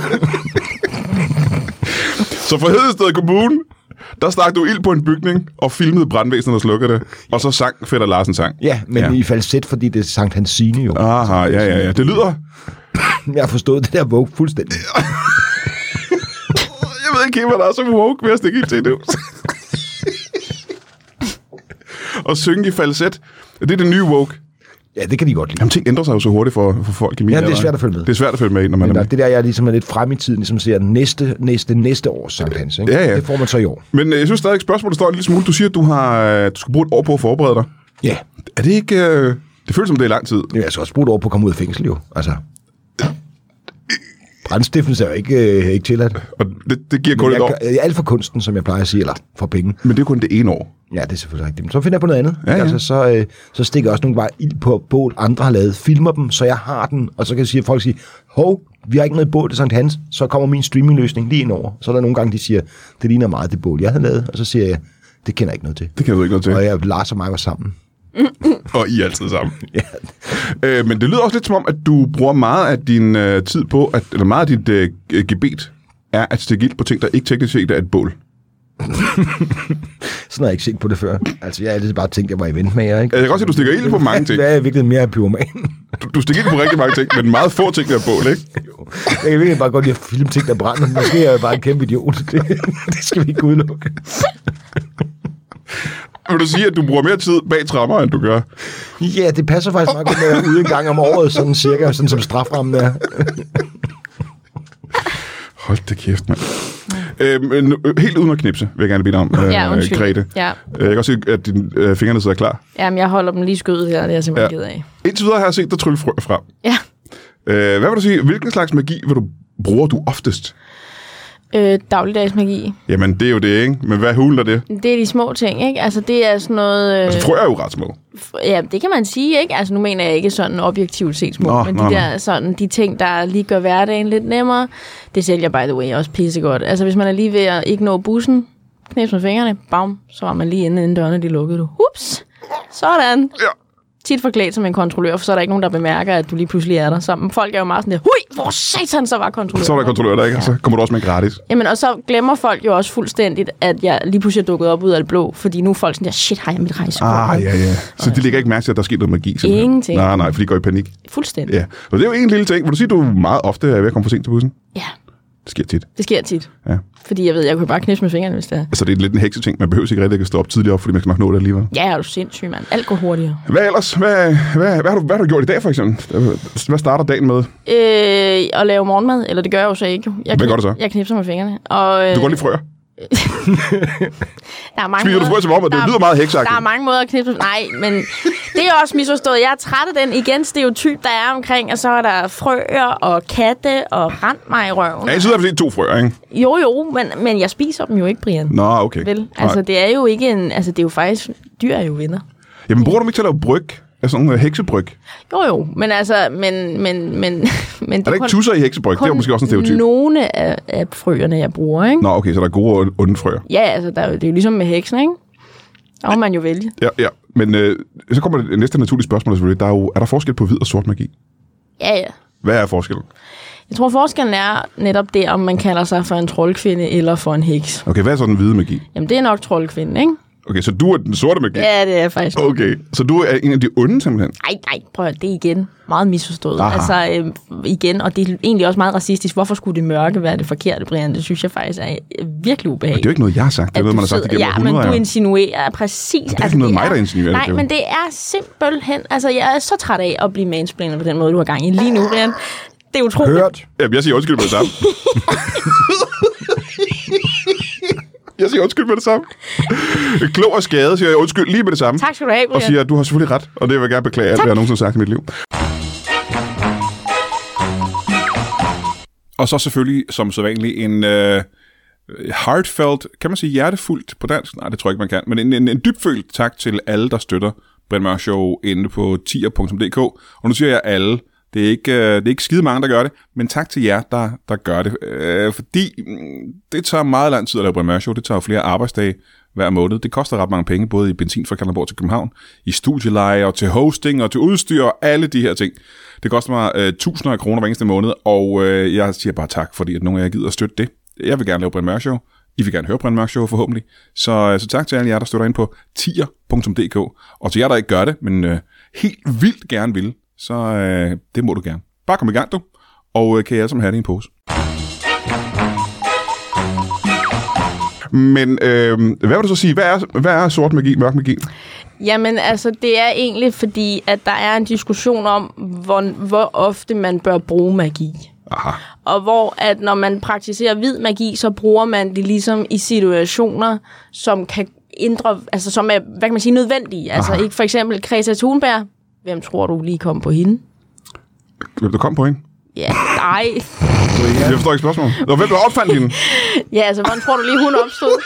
Speaker 1: Så for Hedensted Kommune, der stak du ild på en bygning og filmede brandvæsenet og slukkede det. Og så sang Fætter Larsen sang.
Speaker 2: Ja, men
Speaker 1: Ja.
Speaker 2: ja. i falset, fordi det er Sankt Hansine jo.
Speaker 1: Aha, ja, ja, ja. Det lyder...
Speaker 2: Jeg har forstået det der vogue fuldstændig.
Speaker 1: Jeg ved ikke helt, hvad der er så woke ved at stikke ild til det. og synge i falset. Det er det nye woke.
Speaker 2: Ja, det kan de godt lide.
Speaker 1: Jamen, ting ændrer sig jo så hurtigt for, for folk i min
Speaker 2: Ja, det er
Speaker 1: alder,
Speaker 2: svært
Speaker 1: ikke?
Speaker 2: at følge med.
Speaker 1: Det er svært at følge med, når man
Speaker 2: Men
Speaker 1: er
Speaker 2: der,
Speaker 1: med.
Speaker 2: det der, jeg ligesom er lidt frem i tiden, ligesom ser næste, næste, næste års Sankt Hans. Ikke?
Speaker 1: Ja, ja.
Speaker 2: Det får man så i år.
Speaker 1: Men øh, jeg synes stadig, spørgsmålet står en lille smule. Du siger, at du, har, øh, du skal bruge et år på at forberede dig.
Speaker 2: Ja.
Speaker 1: Er det ikke... Øh, det føles som, det er lang tid.
Speaker 2: Jeg skal også bruge et år på at komme ud af fængsel jo. Altså. Brændstiftelsen er jo ikke, øh, ikke tilladt.
Speaker 1: Og det, det giver kun et
Speaker 2: Jeg,
Speaker 1: år.
Speaker 2: gør- øh, alt for kunsten, som jeg plejer at sige, eller for penge.
Speaker 1: Men det er kun det ene år.
Speaker 2: Ja, det er selvfølgelig rigtigt. Men så finder jeg på noget andet.
Speaker 1: Ja, ja.
Speaker 2: Altså, så, øh, så stikker jeg også nogle bare ild på bål, andre har lavet. Filmer dem, så jeg har den. Og så kan jeg sige, at folk siger, hov, vi har ikke noget bål til Sankt Hans. Så kommer min streamingløsning lige ind over. Så er der nogle gange, de siger, det ligner meget det bål, jeg havde lavet. Og så siger jeg, det kender jeg ikke noget til.
Speaker 1: Det kan du ikke noget til.
Speaker 2: Og jeg, Lars og mig var sammen.
Speaker 1: Og I er altid sammen. øh, men det lyder også lidt som om, at du bruger meget af din øh, tid på, at, eller meget af dit øh, g- gebet, er at stikke ild på ting, der ikke teknisk set er et bål.
Speaker 2: Sådan har jeg ikke set på det før. Altså, jeg har altid bare tænkt, at jeg var eventmager, ikke?
Speaker 1: Jeg kan godt se, at du stikker ild på mange ting.
Speaker 2: Hvad er jeg virkelig mere pyroman?
Speaker 1: Du, du stikker ild på rigtig mange ting, men meget få ting, der er et bål, ikke?
Speaker 2: Jeg kan virkelig bare godt lide at filme ting, der brænder. Måske er jeg bare en kæmpe idiot. Det, det skal vi ikke udelukke.
Speaker 1: Vil du sige, at du bruger mere tid bag trammer, end du gør?
Speaker 2: Ja, det passer faktisk meget godt med at være ude en gang om året, sådan cirka, sådan som straframmen er.
Speaker 1: Hold da kæft, mand. Øh, men, øh, helt uden at knipse, vil jeg gerne bede dig om, øh,
Speaker 3: ja, undskyld.
Speaker 1: Grete.
Speaker 3: Ja,
Speaker 1: Øh, Jeg kan også se, at dine øh, fingrene sidder klar.
Speaker 3: jamen, jeg holder dem lige i skødet her, det er jeg simpelthen
Speaker 1: Ja.
Speaker 3: ja. ked af.
Speaker 1: Indtil videre har jeg set dig trylle frø frem.
Speaker 3: Ja.
Speaker 1: Øh, hvad vil du sige? Hvilken slags magi vil du, bruger du oftest?
Speaker 3: øh, dagligdags magi.
Speaker 1: Jamen, det er jo det, ikke? Men hvad huler det?
Speaker 3: Det er de små ting, ikke? Altså, det er sådan noget... Øh,
Speaker 1: Så frø er jo ret små.
Speaker 3: f- ja, det kan man sige, ikke? Altså, nu mener jeg ikke sådan objektivt set små,
Speaker 1: Nå,
Speaker 3: men
Speaker 1: nå,
Speaker 3: de
Speaker 1: nå.
Speaker 3: der sådan, de ting, der lige gør hverdagen lidt nemmere, det sælger, by the way, også pissegodt. Altså, hvis man er lige ved at ikke nå bussen, knips med fingrene, bam, så var man lige inde, inden dørene de lukkede. Du. Ups! Sådan.
Speaker 1: Ja.
Speaker 3: Tit forklædt som en kontrollør, for så er der ikke nogen, der bemærker, at du lige pludselig er der. Så men folk er jo meget sådan der, hui, hvor satan, så var kontrollør.
Speaker 1: Så er der kontrollør der, ikke? Og så kommer du også med gratis.
Speaker 3: Jamen, og så glemmer folk jo også fuldstændigt, at jeg lige pludselig er dukket op ud af det blå, fordi nu er folk sådan der, shit, har jeg mit rejsekort?
Speaker 1: Ah, ja, ja. Så de lægger ikke mærke til, at der er sket noget magi. simpelthen.
Speaker 3: Ingenting.
Speaker 1: Nej, nej, for de går i panik.
Speaker 3: Fuldstændig.
Speaker 1: Ja. Så det er jo en lille ting. Vil du sige, at du meget ofte er ved at komme for sent til bussen?
Speaker 3: ja.
Speaker 1: Det sker tit.
Speaker 3: Det sker tit.
Speaker 1: Ja.
Speaker 3: Fordi jeg ved, jeg kunne bare knipse med fingrene, hvis det er.
Speaker 1: Altså, det er lidt en hekseting. Man behøver ikke rigtig at stå op tidligere, op, fordi man skal nok nå det alligevel.
Speaker 3: Ja, er du sindssyg, mand. Alt går hurtigere.
Speaker 1: Hvad ellers? Hvad, hvad, hvad, har du, hvad har du gjort i dag, for eksempel? Hvad starter dagen med?
Speaker 3: Øh, og lave morgenmad, eller det gør jeg jo så ikke. jo. Jeg
Speaker 1: Hvad
Speaker 3: knip-
Speaker 1: gør du så?
Speaker 3: Jeg knipser med fingrene. Og, øh,
Speaker 1: Du går lige frøer.
Speaker 3: der er mange
Speaker 1: Spiser du
Speaker 3: måder-
Speaker 1: frøer til morgenmad? Det
Speaker 3: der er-
Speaker 1: lyder meget heksagtigt.
Speaker 3: Der er mange måder at knipse. Nej, men det er også misforstået. Jeg er træt af den igen stereotyp, der er omkring, og så er der frøer og katte og rand mig i røven.
Speaker 1: Ja, i Sydafrika er det to frøer, ikke?
Speaker 3: Jo, jo, men, men jeg spiser dem jo ikke, Brian.
Speaker 1: Nå, okay.
Speaker 3: Vel?
Speaker 1: Altså...
Speaker 3: Altså, det er jo ikke en... Altså, det er jo faktisk... Dyr er jo venner.
Speaker 1: Jamen, bruger du dem ikke til at lave bryg? Altså sådan en heksebryg?
Speaker 3: Jo, jo, men altså... Men, men, men, men
Speaker 1: Er der ikke tusser i heksebryg? Det er jo måske også en stereotyp.
Speaker 3: nogle af, af frøerne, jeg bruger, ikke?
Speaker 1: Nå, okay, så der er gode og onde frøer.
Speaker 3: Ja, altså, der, er jo- det er jo ligesom med heksen, ikke? Der må man jo vælge.
Speaker 1: Ja, ja. Men øh, så kommer det næste naturlige spørgsmål selvfølgelig. Der er, jo, er der forskel på hvid og sort magi?
Speaker 3: Ja, ja.
Speaker 1: Hvad er forskellen?
Speaker 3: Jeg tror, forskellen er netop det, om man kalder sig for en troldkvinde eller for en heks.
Speaker 1: Okay, hvad er så den hvide magi?
Speaker 3: Jamen, det er nok troldkvinde, ikke?
Speaker 1: Okay, så du er den sorte magi?
Speaker 3: Ja, det er faktisk.
Speaker 1: Okay, så du er en af de onde simpelthen?
Speaker 3: Nej, nej, prøv at høre, det er igen meget misforstået.
Speaker 1: Aha.
Speaker 3: Altså, øh, igen, og det er egentlig også meget racistisk. Hvorfor skulle det mørke være det forkerte, Brian? Det synes jeg faktisk er øh, virkelig
Speaker 1: Det er
Speaker 3: ubehageligt.
Speaker 1: jo ikke noget, jeg har sagt. Det er noget, man har sagt igennem
Speaker 3: ja, men
Speaker 1: århundreder.
Speaker 3: du
Speaker 1: jo.
Speaker 3: insinuerer præcis. Det
Speaker 1: ikke noget mig, der insinuerer det,
Speaker 3: Nej,
Speaker 1: det er jo-
Speaker 3: men det er simpelthen... Altså, jeg er så træt af at blive mansplainer på den måde, du har gang i lige nu, Brian. Det er utroligt.
Speaker 2: Hørt.
Speaker 1: Jamen, jeg siger undskyld med det samme. jeg siger undskyld med det samme. Klog og skade siger jeg undskyld lige med det samme.
Speaker 3: Tak skal du have,
Speaker 1: Og
Speaker 3: Brian.
Speaker 1: siger, at du har selvfølgelig ret, og det vil jeg gerne beklage alt, hvad jeg nogensinde har sagt i mit liv. Og så selvfølgelig, som så vanligt, en øh, heartfelt, kan man sige hjertefuldt på dansk? Nej, det tror jeg ikke, man kan. Men en, en, en dybfølt tak til alle, der støtter Brian Mørk Show inde på tier.dk. Og nu siger jeg alle. Det er, ikke, øh, det er ikke skide mange, der gør det, men tak til jer, der, der gør det. Øh, fordi mm, det tager meget lang tid at lave Brian Mørk Show. Det tager jo flere arbejdsdage hver måned. Det koster ret mange penge, både i benzin fra Kalundborg til København, i studieleje og til hosting og til udstyr og alle de her ting. Det koster mig øh, tusinder af kroner hver eneste måned, og øh, jeg siger bare tak, fordi at nogle af jer gider at støtte det. Jeg vil gerne lave Brian Mørk Show. I vil gerne høre Brian Mørk Show forhåbentlig. Så, øh, så tak til alle jer, der støtter ind på tier.dk. Og til jer, der ikke gør det, men øh, helt vildt gerne vil, så øh, det må du gerne. Bare kom i gang, du. Og øh, kan I alle sammen have det i en pose. Men øh, hvad vil du så sige? Hvad er, hvad er sort magi, mørk magi?
Speaker 3: Jamen, altså, det er egentlig fordi, at der er en diskussion om, hvor, hvor ofte man bør bruge magi.
Speaker 1: Aha.
Speaker 3: Og hvor, at når man praktiserer hvid magi, så bruger man det ligesom i situationer, som kan indre, altså som er, hvad kan man sige, nødvendige. Altså ikke for eksempel Greta Thunberg. Hvem tror du lige kom på hende?
Speaker 1: Hvem du kom på hende?
Speaker 3: Ja, nej.
Speaker 1: Jeg forstår ikke spørgsmålet. Nå, hvem der opfandt hende?
Speaker 3: Ja, altså, hvordan tror du lige, hun opstod?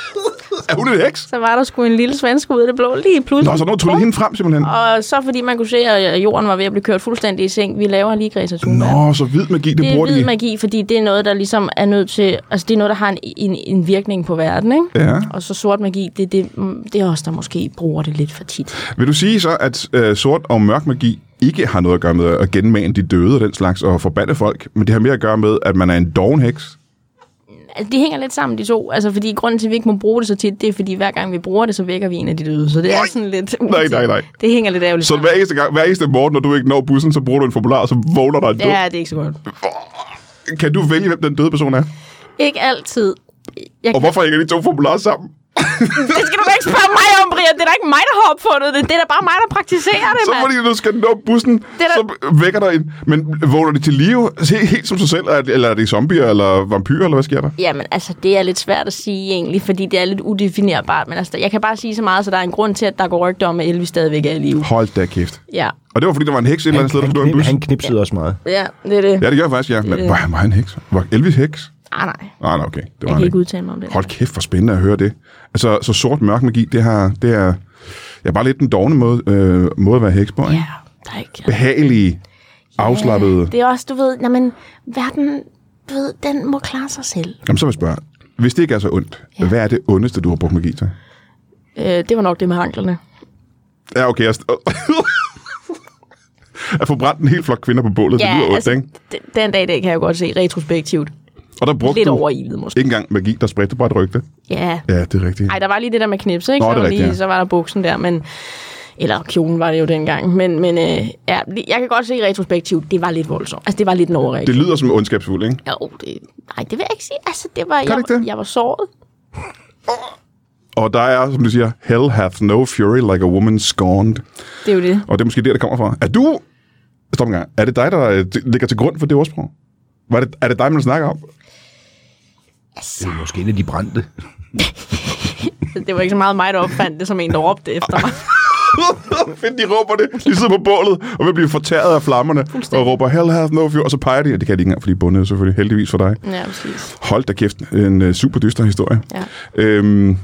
Speaker 1: Er hun en heks?
Speaker 3: Så var der sgu en lille svensk ud af det blå lige pludselig.
Speaker 1: Nå, så nogen tryllede hende frem simpelthen.
Speaker 3: Og så fordi man kunne se, at jorden var ved at blive kørt fuldstændig i seng, vi laver lige Greta Thunberg.
Speaker 1: Nå, så hvid magi, det,
Speaker 3: Det er
Speaker 1: bruger
Speaker 3: hvid
Speaker 1: de.
Speaker 3: magi, fordi det er noget, der ligesom er nødt til... Altså, det er noget, der har en, en, en virkning på verden, ikke?
Speaker 1: Ja.
Speaker 3: Og så sort magi, det, er det, mm, det er os, der måske bruger det lidt for tit.
Speaker 1: Vil du sige så, at øh, sort og mørk magi ikke har noget at gøre med at genmane de døde og den slags og forbande folk, men det har mere at gøre med, at man er en doven heks?
Speaker 3: Altså, de hænger lidt sammen, de to. Altså, fordi grunden til, at vi ikke må bruge det så tit, det er, fordi hver gang vi bruger det, så vækker vi en af de døde. Så det er sådan lidt...
Speaker 1: Nej, nej, nej.
Speaker 3: Det hænger lidt ærgerligt
Speaker 1: Så hver eneste, gang, hver eneste morgen, når du ikke når bussen, så bruger du en formular, og så vågner der en død.
Speaker 3: Ja, det er ikke så godt.
Speaker 1: Kan du vælge, hvem den døde person er?
Speaker 3: Ikke altid. Jeg
Speaker 1: Og hvorfor hænger de to formularer sammen?
Speaker 3: Det skal du da ikke spørge mig om, Brian. Det er da ikke mig, der har opfundet det. Det er da bare mig, der praktiserer det,
Speaker 1: Så
Speaker 3: mand.
Speaker 1: fordi du skal nå bussen,
Speaker 3: er da-
Speaker 1: så vækker der en... Men vågner de til live helt, helt som sig selv? Er det- Eller er det zombier, eller vampyrer, eller hvad sker der?
Speaker 3: Jamen, altså, det er lidt svært at sige egentlig, fordi det er lidt udefinerbart. Men altså, jeg kan bare sige så meget, så der er en grund til, at der går rygter om, at Elvis stadigvæk er i live.
Speaker 1: Hold da kæft.
Speaker 3: Ja,
Speaker 1: Og det var fordi, der var en heks et eller
Speaker 2: Han,
Speaker 1: andet sted, der
Speaker 2: han,
Speaker 1: stod en
Speaker 2: knip,
Speaker 1: bus.
Speaker 2: han knipsede også meget.
Speaker 3: ja det er det.
Speaker 1: Ja, det gjorde jeg faktisk, ja. Men var han var han en heks? Var Elvis heks?
Speaker 3: Ah, nej,
Speaker 1: Nej, nej, okay. Det var
Speaker 3: jeg
Speaker 1: han
Speaker 3: kan
Speaker 1: ikke.
Speaker 3: ikke udtale mig om det.
Speaker 1: Hold kæft, hvor spændende at høre det. Altså, så sort mørk magi, det, har, det er ja, bare lidt den dogne måde, øh, måde at være heks på. ikke?
Speaker 3: Ja, der er ikke...
Speaker 1: Behagelige, afslappede.
Speaker 3: Det er også, du ved, når man, verden, du ved, den må klare sig selv.
Speaker 1: Jamen, så vil jeg spørge, hvis det ikke er så ondt, ja.
Speaker 3: Ja.
Speaker 1: hvad er det ondeste, du har brugt magi til?
Speaker 3: Øh, det var nok det med anklerne.
Speaker 1: Ja, okay. Jeg... st- at få brændt en hel flok kvinder på bålet, ja, det lyder ondt, altså... ikke?
Speaker 3: d- den dag i dag kan jeg jo godt se retrospektivt.
Speaker 1: Og der brugte
Speaker 3: Lidt
Speaker 1: du
Speaker 3: overilet måske.
Speaker 1: ikke engang magi, der spredte bare et rygte.
Speaker 3: Ja.
Speaker 1: Ja, det er rigtigt.
Speaker 3: Ej, der var lige det der med knips, ikke?
Speaker 1: Nå,
Speaker 3: så,
Speaker 1: det er
Speaker 3: var
Speaker 1: rigtigt,
Speaker 3: lige,
Speaker 1: ja.
Speaker 3: så var der buksen der, men... Eller kjolen var det jo dengang. Men, men øh, ja, det- jeg kan godt se retrospektivt, det var lidt voldsomt. Altså, det var lidt en
Speaker 1: Det
Speaker 3: overreaktion.
Speaker 1: lyder som ondskabsfuld, ikke?
Speaker 3: Jo, det, nej, det vil jeg ikke sige. Altså, det var,
Speaker 1: det
Speaker 3: jeg,
Speaker 1: ikke det?
Speaker 3: jeg var såret.
Speaker 1: Og der er, som du siger, hell hath no fury like a woman scorned.
Speaker 3: Det er jo det.
Speaker 1: Og det er måske der, det kommer fra. Er du... Stop en gang. Er det dig, der øh, t- ligger til grund for det ordsprog? Var det, er det dig, man snakker om?
Speaker 2: Det er måske en af de brændte.
Speaker 3: Det var ikke så meget mig, der opfandt det som en, der råbte efter mig.
Speaker 1: Fedt, de råber det. De sidder på bålet og vil blive fortæret af flammerne. Og råber, hell hath no fury. Og så peger de, og det kan de ikke engang, fordi de er bundet selvfølgelig heldigvis for dig.
Speaker 3: Ja, præcis.
Speaker 1: Hold da kæft, en øh, super dyster historie.
Speaker 3: Ja.
Speaker 1: Øhm,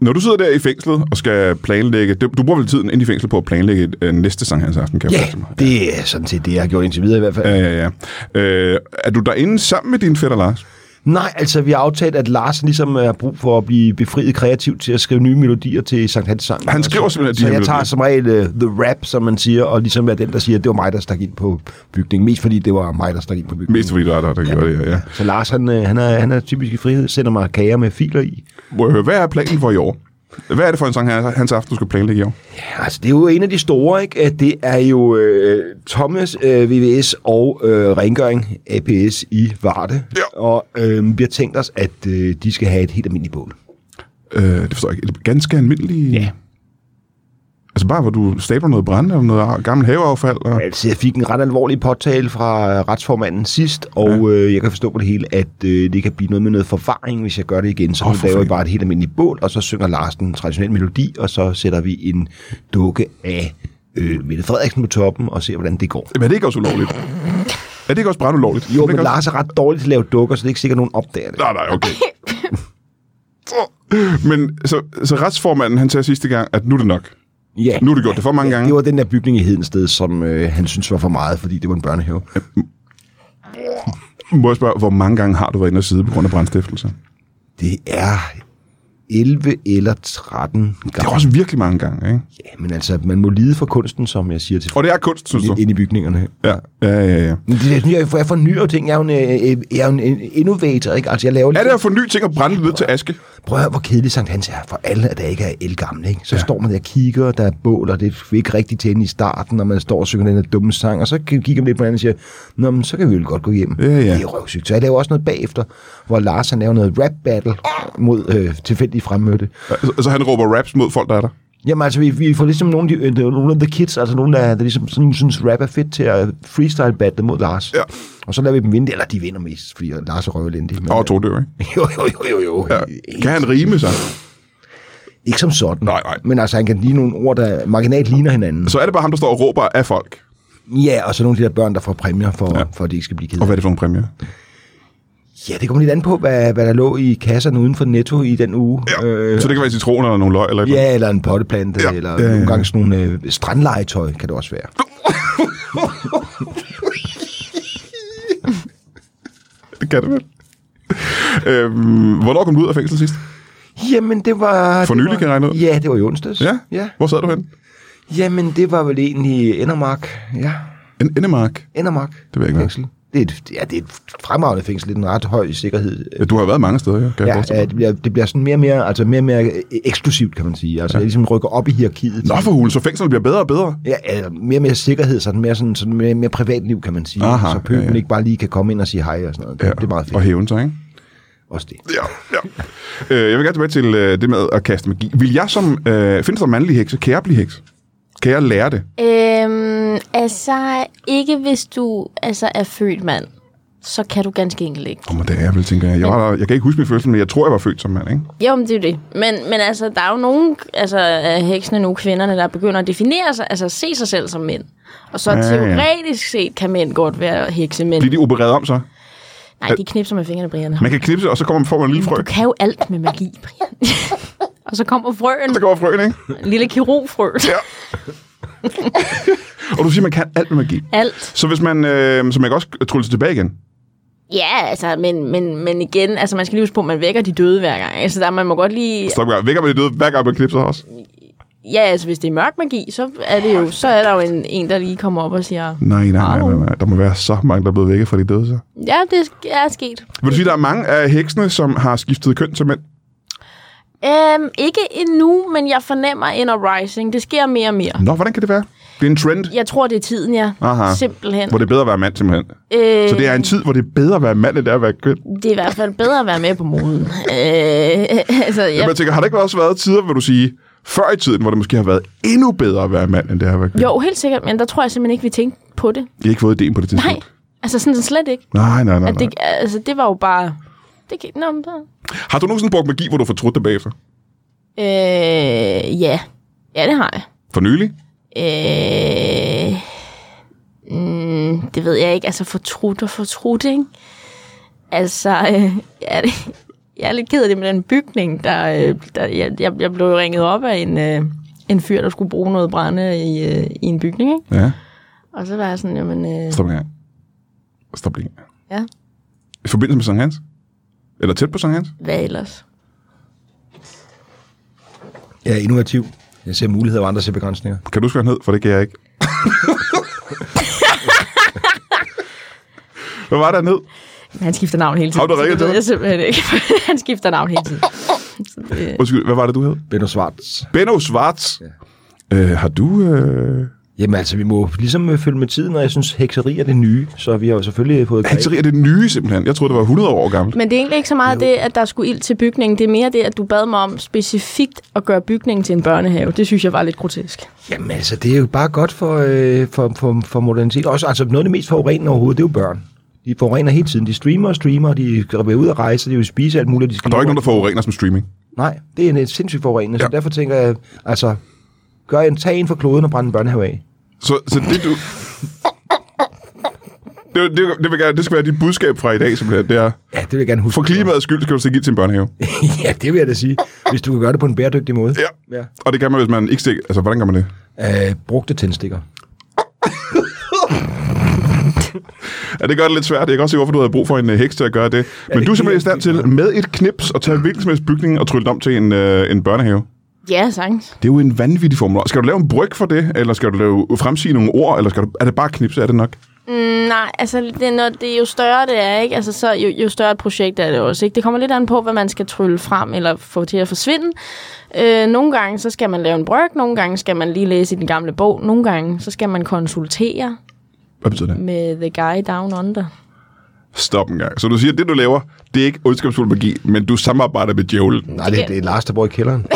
Speaker 1: når du sidder der i fængslet og skal planlægge... Du, du bruger vel tiden inde i fængslet på at planlægge øh, næste sankthansaften, kan jeg
Speaker 2: Ja,
Speaker 1: forestille mig.
Speaker 2: det er sådan set det, jeg har gjort indtil videre i hvert fald.
Speaker 1: Ja, ja, ja. Øh, er du derinde sammen med din fætter Lars?
Speaker 2: Nej, altså vi har aftalt, at Lars ligesom øh, har brug for at blive befriet kreativt til at skrive nye melodier til Sankt Hans sang.
Speaker 1: Han skriver simpelthen de
Speaker 2: Så
Speaker 1: her
Speaker 2: jeg tager
Speaker 1: melodier.
Speaker 2: som regel uh, the rap, som man siger, og ligesom er den, der siger, at det var mig, der stak ind på bygningen. Mest fordi det var mig, der stak ind på bygningen.
Speaker 1: Mest fordi du er der, der ja. gør det, ja, ja.
Speaker 2: Så Lars, han, øh, han, er, han er typisk i frihed, sender mig kager med filer i.
Speaker 1: Må jeg høre, Øh, hvad er planen for i år? Hvad er det for en sang, han- hans aften, du skal planlægge i år?
Speaker 2: Ja, altså det er jo en af de store, ikke? At Det er jo øh, Thomas øh, VVS og øh, Rengøring APS i Varde.
Speaker 1: Ja.
Speaker 2: Og øh, vi har tænkt os, at øh, de skal have et helt almindeligt bål.
Speaker 1: Øh, det forstår jeg ikke. Et ganske almindeligt...
Speaker 2: Ja.
Speaker 1: Altså bare, hvor du stabler noget brænde og noget ar- gammelt haveaffald. Og...
Speaker 2: Altså, jeg fik en ret alvorlig påtale fra øh, retsformanden sidst, og ja. øh, jeg kan forstå på det hele, at øh, det kan blive noget med noget forvaring, hvis jeg gør det igen. Så
Speaker 1: Åh,
Speaker 2: oh,
Speaker 1: for
Speaker 2: laver jeg
Speaker 1: fanden.
Speaker 2: bare et helt almindeligt bål, og så synger Lars den traditionelle melodi, og så sætter vi en dukke af øh, Mette Frederiksen på toppen og ser, hvordan det går.
Speaker 1: Jamen, er det ikke også ulovligt? Er det ikke også brandulovligt? Er
Speaker 2: Jo,
Speaker 1: det
Speaker 2: men
Speaker 1: ikke
Speaker 2: Lars er ret dårlig til at lave dukker, så det er ikke sikkert, at nogen opdager det.
Speaker 1: Nej, nej, okay. Men så, så retsformanden, han sagde sidste gang, at nu er det nok.
Speaker 2: Ja.
Speaker 1: Nu har du gjort det for mange gange.
Speaker 2: Det var den der bygning i Hedensted, som øh, han synes var for meget, fordi det var en børnehave.
Speaker 1: Må jeg spørge, hvor mange gange har du været inde og sidde på grund af brandstiftelse?
Speaker 2: Det er 11 eller 13
Speaker 1: Det er
Speaker 2: gange.
Speaker 1: også virkelig mange gange, ikke?
Speaker 2: Ja, men altså, man må lide for kunsten, som jeg siger til
Speaker 1: Og det er kunst, synes du?
Speaker 2: ind, ind i bygningerne.
Speaker 1: Ja, ja, ja. ja.
Speaker 2: Men det, er sådan, jeg, jeg fornyer ting. Jeg er jo en, øh, jeg er jo en øh, innovator, ikke? Altså, jeg laver
Speaker 1: Er
Speaker 2: lige...
Speaker 1: det at få nye ting og brænde det ned til aske?
Speaker 2: Prøv at høre, hvor kedelig Sankt Hans er for alle, at der ikke er elgammel, ikke? Så ja. står man der og kigger, der er bål, og det fik ikke rigtig tænde i starten, når man står og synger den her dumme sang, og så k- kigger man lidt på hinanden og siger, Nå, men så kan vi vel godt gå hjem.
Speaker 1: Ja, ja.
Speaker 2: Det er røvsygt. Så jeg laver også noget bagefter, hvor Lars han laver noget rap battle mod øh, tilfældige fremmødte.
Speaker 1: Så, så Altså, han råber raps mod folk, der er der?
Speaker 2: Jamen altså, vi, vi får ligesom nogle af, de, øh, nogle af the kids, altså nogle, der, der ligesom sådan, synes, rap er fedt til at freestyle battle mod Lars.
Speaker 1: Ja.
Speaker 2: Og så lader vi dem vinde, eller de vinder mest, fordi Lars er røvelindig. Men,
Speaker 1: Og to dør, ikke?
Speaker 2: øh, jo, jo, jo, jo, jo.
Speaker 1: Ja. Kan han rime sig?
Speaker 2: Ikke som sådan.
Speaker 1: Nej, nej.
Speaker 2: Men altså, han kan lige nogle ord, der marginalt ligner hinanden.
Speaker 1: Så er det bare ham, der står og råber af folk.
Speaker 2: Ja, og så nogle af de der børn, der får præmier, for, ja. for at de ikke skal blive kede.
Speaker 1: Og hvad er det for en præmie?
Speaker 2: Ja, det kommer lidt an på, hvad, hvad der lå i kasserne uden for Netto i den uge.
Speaker 1: Ja. Øh, så det kan være citroner eller nogle løg eller et eller
Speaker 2: ja eller en potteplante,
Speaker 1: Ja.
Speaker 2: ja. eller
Speaker 1: Ja, ja,
Speaker 2: ja,
Speaker 1: ja.
Speaker 2: nogle gange sådan nogle øh, strandlegetøj, kan det også være.
Speaker 1: andet. Det kan det vel. Øhm, hvornår kom du ud af fængsel sidst?
Speaker 2: Jamen, det var...
Speaker 1: For
Speaker 2: det
Speaker 1: nylig,
Speaker 2: var-
Speaker 1: kan jeg regne ud?
Speaker 2: Ja, det var i onsdags.
Speaker 1: Ja?
Speaker 2: ja.
Speaker 1: Hvor sad du henne?
Speaker 2: Jamen, det var vel egentlig Endermark. Ja,
Speaker 1: En endemark.
Speaker 2: Endermark.
Speaker 1: Det ved jeg ikke, hvad.
Speaker 2: Fængsel. Det er, et, ja, det er et fremragende fængsel, det er en ret høj sikkerhed.
Speaker 1: Ja, du har været mange steder, ja, kan jeg
Speaker 2: Ja,
Speaker 1: forestille
Speaker 2: ja,
Speaker 1: mig.
Speaker 2: det, bliver, det bliver sådan mere og mere, altså mere og mere øh, eksklusivt, kan man sige. Altså, ja. jeg ligesom rykker op i hierarkiet.
Speaker 1: Nå for hul, så fængslerne bliver bedre og bedre.
Speaker 2: Ja, altså, mere og mere sikkerhed, sådan mere, sådan, sådan mere, mere privatliv, kan man sige.
Speaker 1: Aha,
Speaker 2: så pøben
Speaker 1: ja, ja.
Speaker 2: ikke bare lige kan komme ind og sige hej og sådan noget. Det, ja. det er meget fedt.
Speaker 1: Og hæven sig, ikke?
Speaker 2: Også det.
Speaker 1: Ja, ja. øh, jeg vil gerne tilbage til øh, det med at kaste magi. Vil jeg som... Øh, findes der mandlige hekse? Kan jeg blive heks? Kan jeg lære det?
Speaker 3: Øhm, altså, ikke hvis du altså, er født mand, så kan du ganske enkelt ikke.
Speaker 1: Åh, men det er jeg vel, tænker jeg. Jeg, var der, jeg kan ikke huske min fødsel, men jeg tror, jeg var født som mand, ikke?
Speaker 3: Jo, men det er jo det. Men, men altså, der er jo nogle altså, af heksene nu, kvinderne, der begynder at definere sig, altså se sig selv som mænd. Og så
Speaker 1: ja.
Speaker 3: ja, teoretisk set kan mænd godt være hekse, men
Speaker 1: Bliver de opereret om så?
Speaker 3: Nej, de knipser med fingrene, Brian.
Speaker 1: Man kan knipse, og så kommer, får man en lille frø.
Speaker 3: Du kan jo alt med magi, Brian. og så kommer frøen.
Speaker 1: Så kommer frøen, ikke?
Speaker 3: En lille kirurgfrø.
Speaker 1: Ja. og du siger, man kan alt med magi.
Speaker 3: Alt.
Speaker 1: Så hvis man, øh, så man kan også trylle sig tilbage igen.
Speaker 3: Ja, altså, men, men, men igen, altså, man skal lige huske på, at man vækker de døde hver gang. Altså, der, man må godt lige...
Speaker 1: Stop gang. Vækker man det døde, hver gang man knipser også.
Speaker 3: Ja, altså, hvis det er mørk magi, så er, det jo, så er der jo en, en der lige kommer op og siger,
Speaker 1: Nej, nej, nej, nej, nej. Der må være så mange, der er blevet vækket fra de døde, så.
Speaker 3: ja, det er sket.
Speaker 1: Vil du sige, der er mange af heksene, som har skiftet køn til mænd?
Speaker 3: Øhm, ikke endnu, men jeg fornemmer en rising. Det sker mere og mere.
Speaker 1: Nå, hvordan kan det være? Det er en trend,
Speaker 3: Jeg tror, det er tiden, ja.
Speaker 1: Aha.
Speaker 3: Simpelthen.
Speaker 1: hvor det er bedre at være mand, simpelthen.
Speaker 3: Øh,
Speaker 1: Så det er en tid, hvor det er bedre at være mand, end det er at være kvinde.
Speaker 3: det er i hvert fald bedre at være med på moden. øh, altså,
Speaker 1: Jamen,
Speaker 3: jeg,
Speaker 1: jeg tænker, har der ikke også været tider, hvor du sige, før i tiden, hvor det måske har været endnu bedre at være mand, end det er at være kvinde?
Speaker 3: jo, helt sikkert, men der tror jeg simpelthen ikke, vi tænkte på det.
Speaker 1: Jeg har ikke fået idéen på det
Speaker 3: Nej,
Speaker 1: tidspunkt.
Speaker 3: altså sådan slet ikke.
Speaker 1: Nej, nej, nej,
Speaker 3: At
Speaker 1: nej.
Speaker 3: det, altså, det var jo bare... Det, kan- nå, men så-
Speaker 1: Har du nogensinde brugt magi, hvor du har fortrudt det bagefter?
Speaker 3: øh, ja. ja, det har jeg.
Speaker 1: For nylig?
Speaker 3: Øh, mm, det ved jeg ikke. Altså fortrudt og fortrudt, ikke? Altså, øh, jeg, er, jeg er lidt ked af det med den bygning, der, øh, der jeg, jeg, jeg blev ringet op af en, øh, en fyr, der skulle bruge noget brænde i, øh, i en bygning, ikke?
Speaker 1: Ja.
Speaker 3: Og så var jeg sådan, jamen, øh,
Speaker 1: Stop en gang. Stop lige en gang.
Speaker 3: ja,
Speaker 1: I forbindelse med Sankt Hans? Eller tæt på Sankt Hans?
Speaker 3: hvad ellers?
Speaker 2: Jeg er innovativ. Jeg ser muligheder, og andre ser begrænsninger.
Speaker 1: Kan du huske, hvad han hed? For det kan jeg ikke. hvad var der ned?
Speaker 3: Han skifter navn hele tiden.
Speaker 1: Har du
Speaker 3: så det
Speaker 1: ringet til
Speaker 3: ved
Speaker 1: ham?
Speaker 3: Jeg simpelthen ikke. Han skifter navn hele tiden. Så det,
Speaker 1: Undskyld, hvad var det, du hed?
Speaker 2: Benno Svarts.
Speaker 1: Benno Schwartz. Øh. Ja. Øh, har du... Øh...
Speaker 2: Jamen altså, vi må ligesom øh, følge med tiden, og jeg synes, hekseri er det nye, så vi har jo selvfølgelig fået greb.
Speaker 1: Hekseri er det nye, simpelthen. Jeg troede, det var 100 år gammelt.
Speaker 3: Men det er egentlig ikke så meget det, at der skulle ild til bygningen. Det er mere det, at du bad mig om specifikt at gøre bygningen til en børnehave. Det synes jeg var lidt grotesk.
Speaker 2: Jamen altså, det er jo bare godt for, øh, for, for, for modernitet. Også altså, noget af det mest forurenende overhovedet, det er jo børn. De forurener hele tiden. De streamer og streamer, de være ud og rejse, de vil spise alt muligt. De skal
Speaker 1: Der er ikke nogen, der forurener som streaming.
Speaker 2: Nej, det er en- et sindssygt forurenende, ja.
Speaker 1: Ja.
Speaker 2: så derfor tænker jeg, altså, gør en, tag en for kloden og brænd en børnehave af.
Speaker 1: Så, så det, du... Det, det, det, vil gerne, det skal være dit budskab fra i dag, simpelthen. Det er,
Speaker 2: Ja, det vil jeg gerne huske.
Speaker 1: for klimaets skyld skal du stikke ild til en børnehave.
Speaker 2: ja, det vil jeg da sige, hvis du kan gøre det på en bæredygtig måde.
Speaker 1: Ja.
Speaker 2: ja.
Speaker 1: Og det kan man, hvis man ikke stikker... Altså, hvordan gør man det?
Speaker 2: Øh, brugte tændstikker.
Speaker 1: Ja, det gør det lidt svært. Jeg kan også se, hvorfor du havde brug for en øh, heks til at gøre det. Men
Speaker 2: det
Speaker 1: du er simpelthen i
Speaker 2: giver
Speaker 1: stand til med et knips at tage en hvilken som helst bygning og trylle den om til en, øh, en børnehave.
Speaker 3: Ja, sagtens.
Speaker 1: Det er jo en vanvittig formel. Skal du lave en bryg for det, eller skal du lave, fremsige nogle ord, eller skal du, er det bare knipse, er det nok?
Speaker 3: Nej, altså, det er, når, det er jo større det er, ikke? Altså, så jo, jo større et projekt er det også, ikke? Det kommer lidt an på, hvad man skal trylle frem eller få til at forsvinde. Øh, nogle gange, så skal man lave en brøk. Nogle gange skal man lige læse i den gamle bog. Nogle gange, så skal man konsultere
Speaker 1: Hvad betyder det?
Speaker 3: med The Guy Down Under.
Speaker 1: Stop en gang. Så du siger, at det du laver, det er ikke ondskabsfuld magi, men du samarbejder med djævlen.
Speaker 2: Nej, det, det er Lars, der bor i kælderen.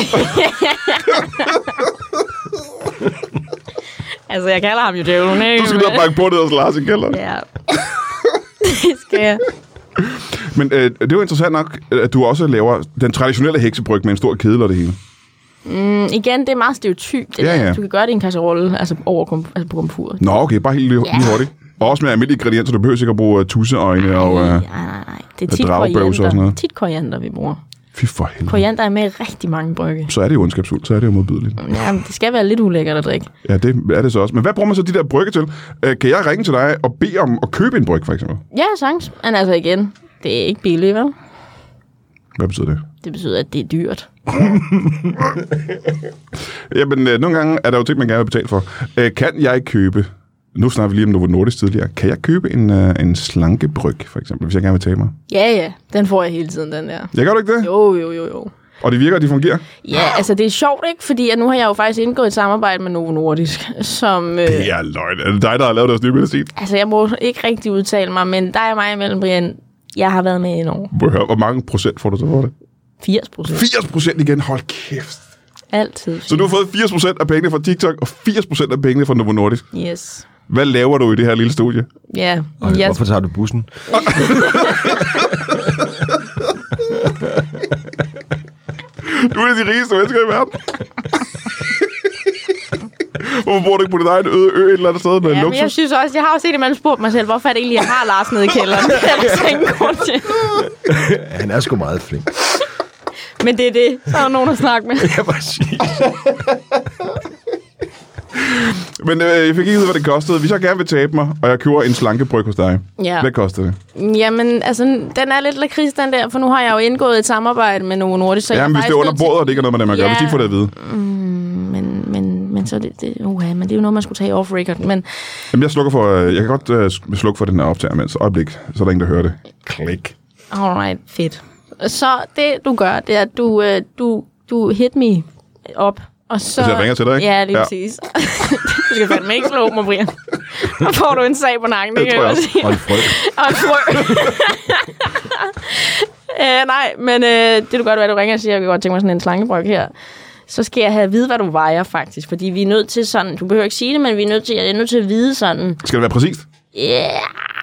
Speaker 3: Altså, jeg kalder ham jo djævlen, ikke?
Speaker 1: Du skal ned og banke på det hos Lars i kælderen.
Speaker 3: Ja. det skal jeg.
Speaker 1: Men øh, det er jo interessant nok, at du også laver den traditionelle heksebryg med en stor kedel og det hele.
Speaker 3: Mm, Igen, det er meget stereotypt. Det
Speaker 1: Ja,
Speaker 3: ja,
Speaker 1: ja.
Speaker 3: ja. Du kan gøre det i en kasserolle, altså, over kom, altså på komfuret.
Speaker 1: Nå, okay, bare helt lige, lige hurtigt. Og også med almindelige ingredienser, du behøver ikke at bruge øh, tusseøjne og...
Speaker 3: nej,
Speaker 1: Øh,
Speaker 3: nej, nej. Det
Speaker 1: og
Speaker 3: er tit
Speaker 1: dragebøvs og sådan
Speaker 3: koriander,
Speaker 1: noget.
Speaker 3: tit koriander, vi bruger.
Speaker 1: fy for helvede.
Speaker 3: Koriander er med i rigtig mange brygge.
Speaker 1: Så er det jo ondskabsfuldt, så er det jo modbydeligt.
Speaker 3: Ja, det skal være lidt ulækkert at drikke.
Speaker 1: Ja, det er det så også. Men hvad bruger man så de der brygge til? Øh, kan jeg ringe til dig og bede om at købe en bryg, for eksempel?
Speaker 3: Ja, sangs. Men altså igen, det er ikke billigt, vel?
Speaker 1: Hvad betyder det?
Speaker 3: Det betyder, at det er dyrt.
Speaker 1: Jamen, øh, nogle gange er der jo ting, man gerne vil betale for. Øh, kan jeg købe, nu snakker vi lige om Novo Nordisk tidligere, kan jeg købe en, øh, en slankebryg, for eksempel, hvis jeg gerne vil tabe mig?
Speaker 3: Ja, ja. Den får jeg hele tiden, den der.
Speaker 1: Jeg gør du ikke det?
Speaker 3: Jo, jo, jo, jo.
Speaker 1: Og det virker, og det fungerer?
Speaker 3: Ja, altså det er sjovt, ikke? Fordi at nu har jeg jo faktisk indgået et samarbejde med Novo Nordisk, som... Øh,
Speaker 1: Det er løgn. Er det dig, der har lavet deres nye medicin?
Speaker 3: altså jeg må ikke rigtig udtale mig, men der er mig imellem, Brian. Jeg har været med i over
Speaker 1: Må jeg høre, hvor mange procent får du så for det?
Speaker 3: 80 procent.
Speaker 1: 80 procent igen, hold kæft.
Speaker 3: Altid.
Speaker 1: Så du har fået 80 procent af pengene fra TikTok, og 80 procent af pengene fra Novo Nordisk.
Speaker 3: Yes.
Speaker 1: Hvad laver du i det her lille studie?
Speaker 3: Ja.
Speaker 2: Og yes.
Speaker 3: Jeg,
Speaker 2: hvorfor tager du bussen?
Speaker 1: Du er de rigeste mennesker i verden. Hvorfor bor du ikke på din egen øde ø et eller andet sted med ja,
Speaker 3: Ja, men jeg
Speaker 1: luksus?
Speaker 3: synes også, jeg har også set, at man spurgt mig selv, hvorfor er det egentlig, jeg har Lars nede i kælderen. Det er der altså ingen grund til.
Speaker 2: Han er sgu meget flink.
Speaker 3: Men det er det. Så er der nogen at snakke med.
Speaker 2: Ja, præcis.
Speaker 1: Men øh, jeg fik ikke ud, hvad det kostede. Hvis jeg gerne vil tabe mig, og jeg køber en slankebryg hos dig,
Speaker 3: Ja.
Speaker 1: hvad koster det?
Speaker 3: Jamen, altså, den er lidt lakrids, den der, for nu har jeg jo indgået et samarbejde med Novo Nordisk. Så jeg
Speaker 1: Jamen, hvis det er
Speaker 3: faktisk
Speaker 1: under
Speaker 3: nødt til-
Speaker 1: bordet, og det ikke har noget med dem at gøre,
Speaker 3: Ja.
Speaker 1: hvis de ikke får det at vide.
Speaker 3: Men, men, men, så er det, det, uha, men det er jo noget, man skulle tage off record. Men
Speaker 1: Jamen, jeg, slukker for, øh, jeg kan godt øh, slukke for den her optager, mens øjeblik, så er der ingen, der hører det. Klik.
Speaker 3: Alright, fedt. Så det, du gør, det er, at du, øh, du, du hit me op. Og så,
Speaker 1: Altså, jeg ringer til dig, ikke?
Speaker 3: Ja, lige
Speaker 1: Ja.
Speaker 3: ja. præcis. du skal fandme ikke slå mig, Brian. Så får du en sag på nakken, det,
Speaker 1: Det
Speaker 3: kan
Speaker 1: tror
Speaker 3: jeg
Speaker 1: jeg også.
Speaker 3: godt sige.
Speaker 2: Og en frø.
Speaker 3: Og en frø. øh, nej, men øh, det er du godt være, du ringer og siger, jeg kan godt tænke mig sådan en slangebryg her. Så skal jeg have at vide, hvad du vejer faktisk. Fordi vi er nødt til sådan, du behøver ikke sige det, men vi er nødt til, jeg er nødt til at vide sådan,
Speaker 1: Skal det være præcist?
Speaker 3: Ja,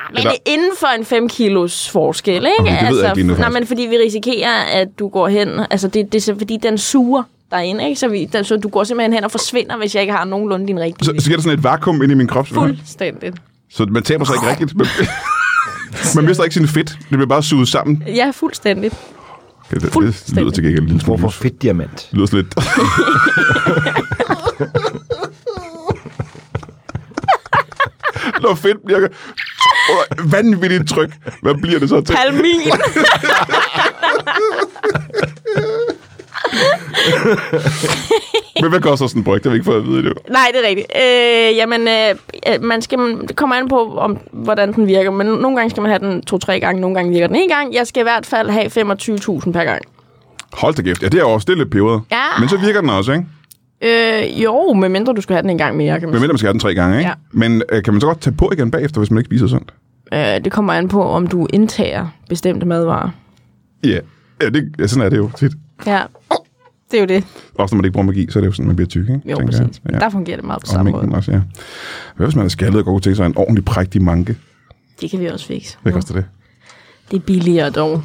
Speaker 3: men
Speaker 1: Eller-
Speaker 3: det er inden for en 5 kilos forskel, ikke? Altså,
Speaker 1: Okay, det ved jeg ikke lige nu,
Speaker 3: nej,
Speaker 1: faktisk.
Speaker 3: men fordi vi risikerer, at du går hen... Altså, det, det er så- fordi, den suger derinde, ikke? Så, vi, den, så du går simpelthen hen og forsvinder, hvis jeg ikke har nogenlunde din rigtige
Speaker 1: Så,
Speaker 3: vægt.
Speaker 1: så giver der sådan et vakuum ind i min krop. simpelthen.
Speaker 3: Fuldstændigt.
Speaker 1: Så man taber sig ikke rigtigt. Man, man mister ikke sin fedt. Det bliver bare suget sammen.
Speaker 3: Ja, fuldstændigt.
Speaker 1: Okay, det, det lyder
Speaker 3: Fuldstændig.
Speaker 1: til gengæld en lille smule.
Speaker 2: Hvorfor
Speaker 1: lys.
Speaker 2: fedt diamant?
Speaker 1: Det lyder sådan lidt... Når fedt bliver Åh, vanvittigt tryk. Hvad bliver det så til?
Speaker 3: Palmin!
Speaker 1: Men hvad koster sådan en bryg? Det har vi ikke fået at vide endnu.
Speaker 3: Nej, det er rigtigt. Øh, jamen, øh, øh, man skal, man- det kommer an på, om, hvordan den virker. Men nogle gange skal man have den to-tre gange, nogle gange virker den en gang. Jeg skal i hvert fald have 25.000 per gang.
Speaker 1: Hold da kæft. Ja, det er også det er lidt peberet.
Speaker 3: Ja.
Speaker 1: Men så virker den også, ikke?
Speaker 3: Øh, jo, medmindre du skal have den en gang mere, kan man
Speaker 1: Men mindre man skal have den tre gange, ikke?
Speaker 3: Ja.
Speaker 1: Men øh, kan man så godt tage på igen bagefter, hvis man ikke spiser sundt?
Speaker 3: Øh, det kommer an på, om du indtager bestemte madvarer.
Speaker 1: Ja. Ja, det, ja, sådan er det jo tit.
Speaker 3: Ja, det er jo det.
Speaker 1: Også når man ikke bruger magi, så er det jo sådan, man bliver tyk, ikke?
Speaker 3: Jo,
Speaker 1: Tænker jeg.
Speaker 3: præcis. Ja. Der fungerer det meget på
Speaker 1: Og
Speaker 3: samme
Speaker 1: mængden
Speaker 3: måde.
Speaker 1: også, ja. Hvad hvis man er skaldet og går til sig en ordentlig prægtig manke?
Speaker 3: Det kan vi også fikse.
Speaker 1: Hvad koster det?
Speaker 3: Det er billigere dog.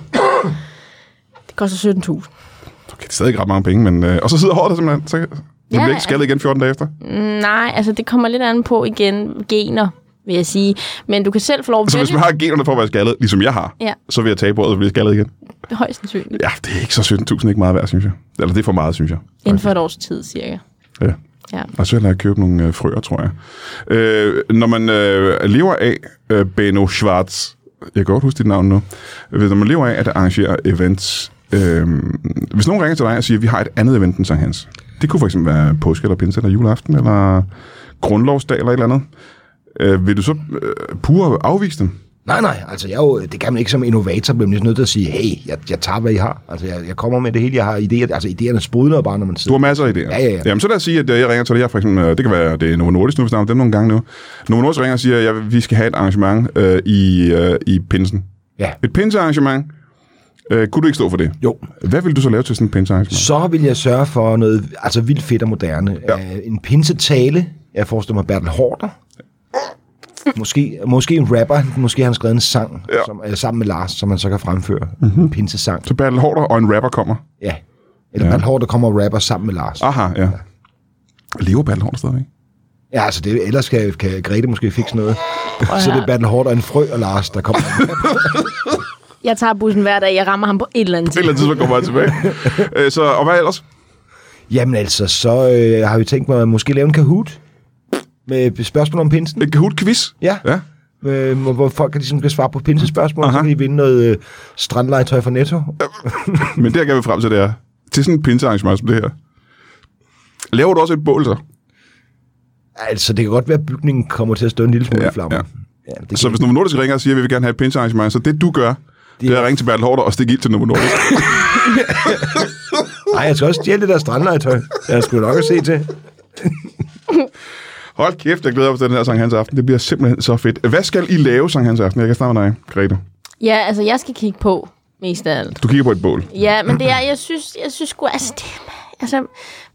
Speaker 3: det koster 17.000.
Speaker 1: Okay, det er stadig ikke ret mange penge, men... Øh, og så sidder håret der simpelthen. Så, man
Speaker 3: Ja,
Speaker 1: bliver ikke skaldet igen 14 dage efter.
Speaker 3: Nej, altså det kommer lidt an på igen gener, vil jeg sige. Men du kan selv få lov at
Speaker 1: Så hvis
Speaker 3: vælge.
Speaker 1: man har generne for at være skaldet, ligesom jeg har,
Speaker 3: Ja.
Speaker 1: så vil jeg tage på og så bliver jeg skaldet igen.
Speaker 3: Højst sandsynligt.
Speaker 1: Ja, det er ikke så 17.000 ikke meget værd, synes jeg. Eller det er for meget, synes jeg.
Speaker 3: Inden for et års tid, cirka.
Speaker 1: Ja.
Speaker 3: Ja.
Speaker 1: Og så lader jeg købe nogle øh, frøer, tror jeg. Øh, når man øh, lever af øh, Benno Schwartz, jeg kan godt huske dit navn nu, Øh, når man lever af at arrangere events, øh, hvis nogen ringer til dig og siger, at vi har et andet event end Sankt Hans, det kunne for eksempel være påske eller pinse eller juleaften eller grundlovsdag eller et eller andet, øh, vil du så øh, pure afvise dem?
Speaker 2: Nej, nej, altså jeg er jo, det kan man ikke som innovator, bliver man lige nødt til at sige, hey, jeg, jeg tager, hvad I har. Altså jeg, jeg kommer med det hele, jeg har idéer, altså idéerne sprudler bare, når man
Speaker 1: Du har
Speaker 2: sidder.
Speaker 1: masser af idéer.
Speaker 2: Ja, ja, ja.
Speaker 1: Jamen, så lad os sige, at øh, jeg ringer til dig her, for eksempel, øh, det kan være, det er Novo Nordisk, nu vi snakker om dem nogle gange nu. Novo Nordisk ringer og siger, at jeg- vi skal have et arrangement øh, i, øh, i pinsen.
Speaker 2: Ja,
Speaker 1: Et pinsearrangement. Øh, kunne du ikke stå for det?
Speaker 2: jo.
Speaker 1: Hvad vil du så lave til sådan et pinsearrangement?
Speaker 2: Så vil jeg sørge for noget altså vildt fedt og moderne. Ja. Uh, en pinsetale. Jeg forestiller mig Bertel Hårder. Måske, måske en rapper. Måske har han skrevet en sang
Speaker 1: Ja.
Speaker 2: ja. som, uh, sammen med Lars, som man så kan fremføre. Mm-hmm. En pinsesang.
Speaker 1: Så Bertel Hårder og en rapper kommer.
Speaker 2: Ja. Eller ja. Ah. Bertel Hårder kommer og rapper sammen med Lars.
Speaker 1: Aha, ja. Lever Bertel Hårder stadigvæk?
Speaker 2: Ja, altså det, ellers kan, kan Grete måske fikse noget.
Speaker 3: at
Speaker 2: Så det
Speaker 3: høre.
Speaker 2: er Bertel Hårder og en frø og Lars, der kommer.
Speaker 3: Jeg tager bussen hver dag, jeg rammer ham på et eller andet
Speaker 1: Til et eller andet tidspunkt kommer han tilbage. øh, så, og hvad ellers?
Speaker 2: Jamen altså, så øh, har vi tænkt mig at måske lave en kahoot med spørgsmål om pinsen.
Speaker 1: En Kahoot-quiz?
Speaker 2: Ja.
Speaker 1: ja.
Speaker 2: Øh, hvor- hvor folk kan, ligesom kan svare på pinsespørgsmål, og så
Speaker 1: Aha.
Speaker 2: kan de vinde noget øh, strandlegetøj fra Netto.
Speaker 1: Men det, jeg gerne vil frem til, det er, til sådan et pinsearrangement som det her, laver du også et bål så?
Speaker 2: Altså, det kan godt være, at bygningen kommer til at stå en lille smule
Speaker 1: Ja,
Speaker 2: i flammer.
Speaker 1: ja.
Speaker 2: Ja. Ja, det kan,
Speaker 1: Så hvis Novo Nordisk ringer og siger, at vi vil gerne have et pinsearrangement, så det du gør, det, er at ringe til Bertel Hårder og stikke ild til Novo Nordisk.
Speaker 2: Ej, jeg skal også stjæle det der strandlegetøj. Jeg skulle nok at se til.
Speaker 1: Hold kæft, jeg glæder mig til den her Sankt Hans Aften. Det bliver simpelthen så fedt. Hvad skal I lave Sankt Hans Aften? Jeg kan starte med dig, Grete.
Speaker 3: Ja, altså jeg skal kigge på mest af alt.
Speaker 1: Du kigger på et bål.
Speaker 3: Ja, men det er, jeg synes, jeg synes sgu, altså det, Altså,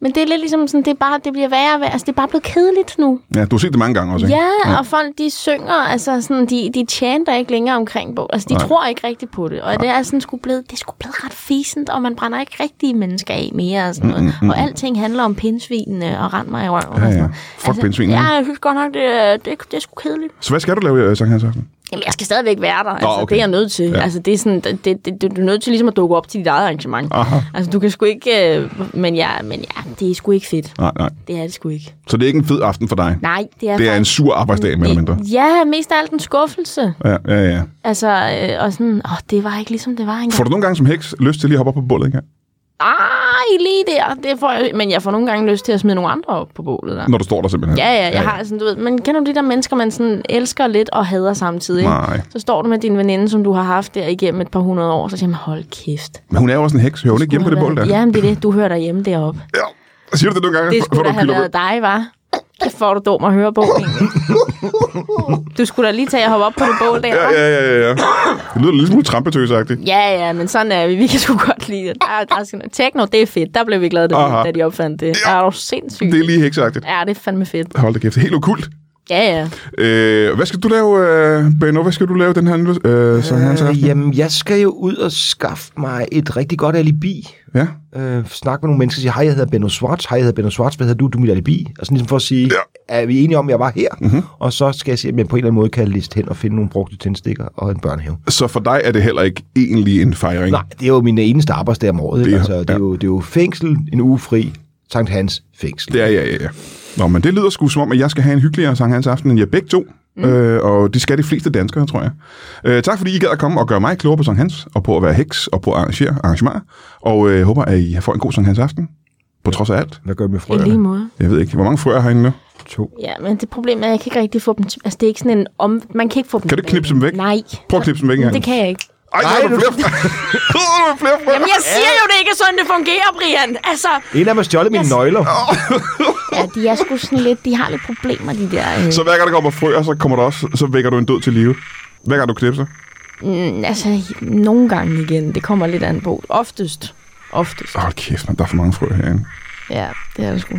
Speaker 3: men det er lidt ligesom sådan, det, er bare, det bliver værre og værre. Altså, det er bare blevet kedeligt nu.
Speaker 1: Ja, du har set det mange gange også, ikke?
Speaker 3: Ja, ja, og folk, de synger, altså sådan, de, de chanter ikke længere omkring bogen. Altså, de
Speaker 1: Nej.
Speaker 3: Nej. tror ikke rigtigt på det. Og det er sådan sgu blevet, det er sgu blevet ret fæsent, og man brænder ikke rigtige mennesker af mere og sådan
Speaker 1: Mm,
Speaker 3: noget. Og alting handler om pindsvinene og rend mig i røven.
Speaker 1: Ja,
Speaker 3: og sådan
Speaker 1: ja.
Speaker 3: noget. Altså,
Speaker 1: Fuck pindsvinene,
Speaker 3: Ja, jeg synes godt nok, det, er- det, det er sgu kedeligt.
Speaker 1: Så hvad skal du lave i Sankt Hans Aften?
Speaker 3: Jamen, jeg skal stadigvæk være der. Altså,
Speaker 1: okay.
Speaker 3: Det er jeg nødt til.
Speaker 1: Ja.
Speaker 3: Ja. Altså, det er sådan, det, det, det, du er nødt til ligesom at dukke op til dit eget arrangement.
Speaker 1: Aha.
Speaker 3: Altså, du kan sgu ikke... Øh, men, ja, men ja, det er sgu ikke fedt.
Speaker 1: Nej, nej.
Speaker 3: Det er det sgu ikke.
Speaker 1: Så det er ikke en fed aften for dig?
Speaker 3: Nej, det er
Speaker 1: Det er en sur arbejdsdag, mere eller mindre.
Speaker 3: Ja, mest af alt en skuffelse.
Speaker 1: Ja, ja, ja.
Speaker 3: Altså, øh, og sådan, åh, det var ikke ligesom det var engang.
Speaker 1: Får du nogle gange som heks lyst til lige at hoppe op på bålet en gang?
Speaker 3: Ej, lige der. Det får jeg, men jeg får nogle gange lyst til at smide nogle andre op på bålet der.
Speaker 1: Når du står der simpelthen?
Speaker 3: Ja, ja, jeg har sådan, du ved, men kender du de der mennesker, man sådan elsker lidt og hader samtidig? ikke?
Speaker 1: Nej.
Speaker 3: Så står du med din veninde, som du har haft der igennem et par hundrede år, så siger man, hold kæft.
Speaker 1: Men hun er jo også en heks. Hører hun ikke hjemme på det bål der?
Speaker 3: Jamen, det er det. Du hører dig hjemme deroppe.
Speaker 1: ja. Siger du det nogle gange?
Speaker 3: Det
Speaker 1: for- for
Speaker 3: skulle da
Speaker 1: du
Speaker 3: have
Speaker 1: kylder-
Speaker 3: været dig, var. Det får du dum at høre på, egentlig. Du skulle da lige tage og hoppe op på det bål der.
Speaker 1: Ja, ja, ja, ja, ja. Det lyder lidt smule trampetøsagtigt.
Speaker 3: Ja, ja, men sådan er vi. Vi kan sgu godt lide det. Der, der skal... Techno, det er fedt. Der blev vi glade, da,
Speaker 1: Aha.
Speaker 3: vi- da de opfandt det. Ja. Det er jo sindssygt.
Speaker 1: Det er lige heksagtigt.
Speaker 3: Ja, det er fandme fedt.
Speaker 1: Hold da kæft, det er helt okult.
Speaker 3: Ja, ja.
Speaker 1: Øh, hvad skal du lave, øh, Beno? Hvad skal du lave den her øh, Sankt Hans aften?
Speaker 2: Øh, jamen, jeg skal jo ud og skaffe mig et rigtig godt alibi.
Speaker 1: Ja.
Speaker 2: Øh, snakke med nogle mennesker og sige, hej, jeg hedder Benno Schwartz, hej, jeg hedder Benno Schwartz, hvad hedder du, du er mit alibi. Og sådan ligesom for at sige, ja. er vi enige om, at jeg var her? Mm-hmm.
Speaker 1: Mhm.
Speaker 2: Og så skal jeg se, om jeg på en eller anden måde kan liste hen og finde nogle brugte tændstikker og en børnehave.
Speaker 1: Så for dig er det heller ikke egentlig en fejring.
Speaker 2: Nej, det er jo min eneste arbejdsdag om året.
Speaker 1: Det
Speaker 2: Det,
Speaker 1: er-
Speaker 2: altså, det, er
Speaker 1: ja.
Speaker 2: jo, det er jo fængsel, en uge fri, Sankt Hans fængsel.
Speaker 1: Ja, ja, ja, ja. Nå, men det lyder sgu som om, at jeg skal have en hyggeligere Sankt Hans aften end jer begge to. Mm. Øh, og det skal de fleste danskere, tror jeg. Øh, tak fordi I gad at komme og gøre mig klogere på Sankt Hans, og på at være heks, og på at arrangere arrangementer. Og øh, håber, at I får en god Sankt Hans aften, på trods af alt.
Speaker 2: Hvad gør vi med
Speaker 3: I lige
Speaker 2: frøerne?
Speaker 3: måde.
Speaker 1: Jeg ved ikke, hvor mange frøer har I nu?
Speaker 2: To.
Speaker 3: Ja, men det problem er, at jeg kan ikke rigtig få dem til... Altså, det er ikke sådan en om... Man kan ikke få dem
Speaker 1: Kan du ikke
Speaker 3: tilbage.
Speaker 1: knipse dem væk?
Speaker 3: Nej.
Speaker 1: Prøv at knipse dem væk engang.
Speaker 3: Det kan jeg ikke.
Speaker 1: Ej, der er
Speaker 2: Ej,
Speaker 1: du
Speaker 2: du-
Speaker 1: flere frøer. Der er flere frøer.
Speaker 3: Jamen, jeg siger jo, det ikke er sådan, det fungerer, Brian. Altså,
Speaker 2: En af dem har stjålet mine
Speaker 3: Yes.
Speaker 2: nøgler.
Speaker 3: ja, de er sgu sådan lidt... De har lidt problemer, de der... Øh.
Speaker 1: Så hver gang der kommer frøer, så, kommer der også, så vækker du en død til live. Hver gang du knipser.
Speaker 3: Mm, altså, nogle gange igen. Det kommer lidt an på. Oftest. Oftest.
Speaker 1: Hold kæft, man, der er for mange frøer herinde.
Speaker 3: Ja, det er det sgu.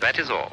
Speaker 4: That is all.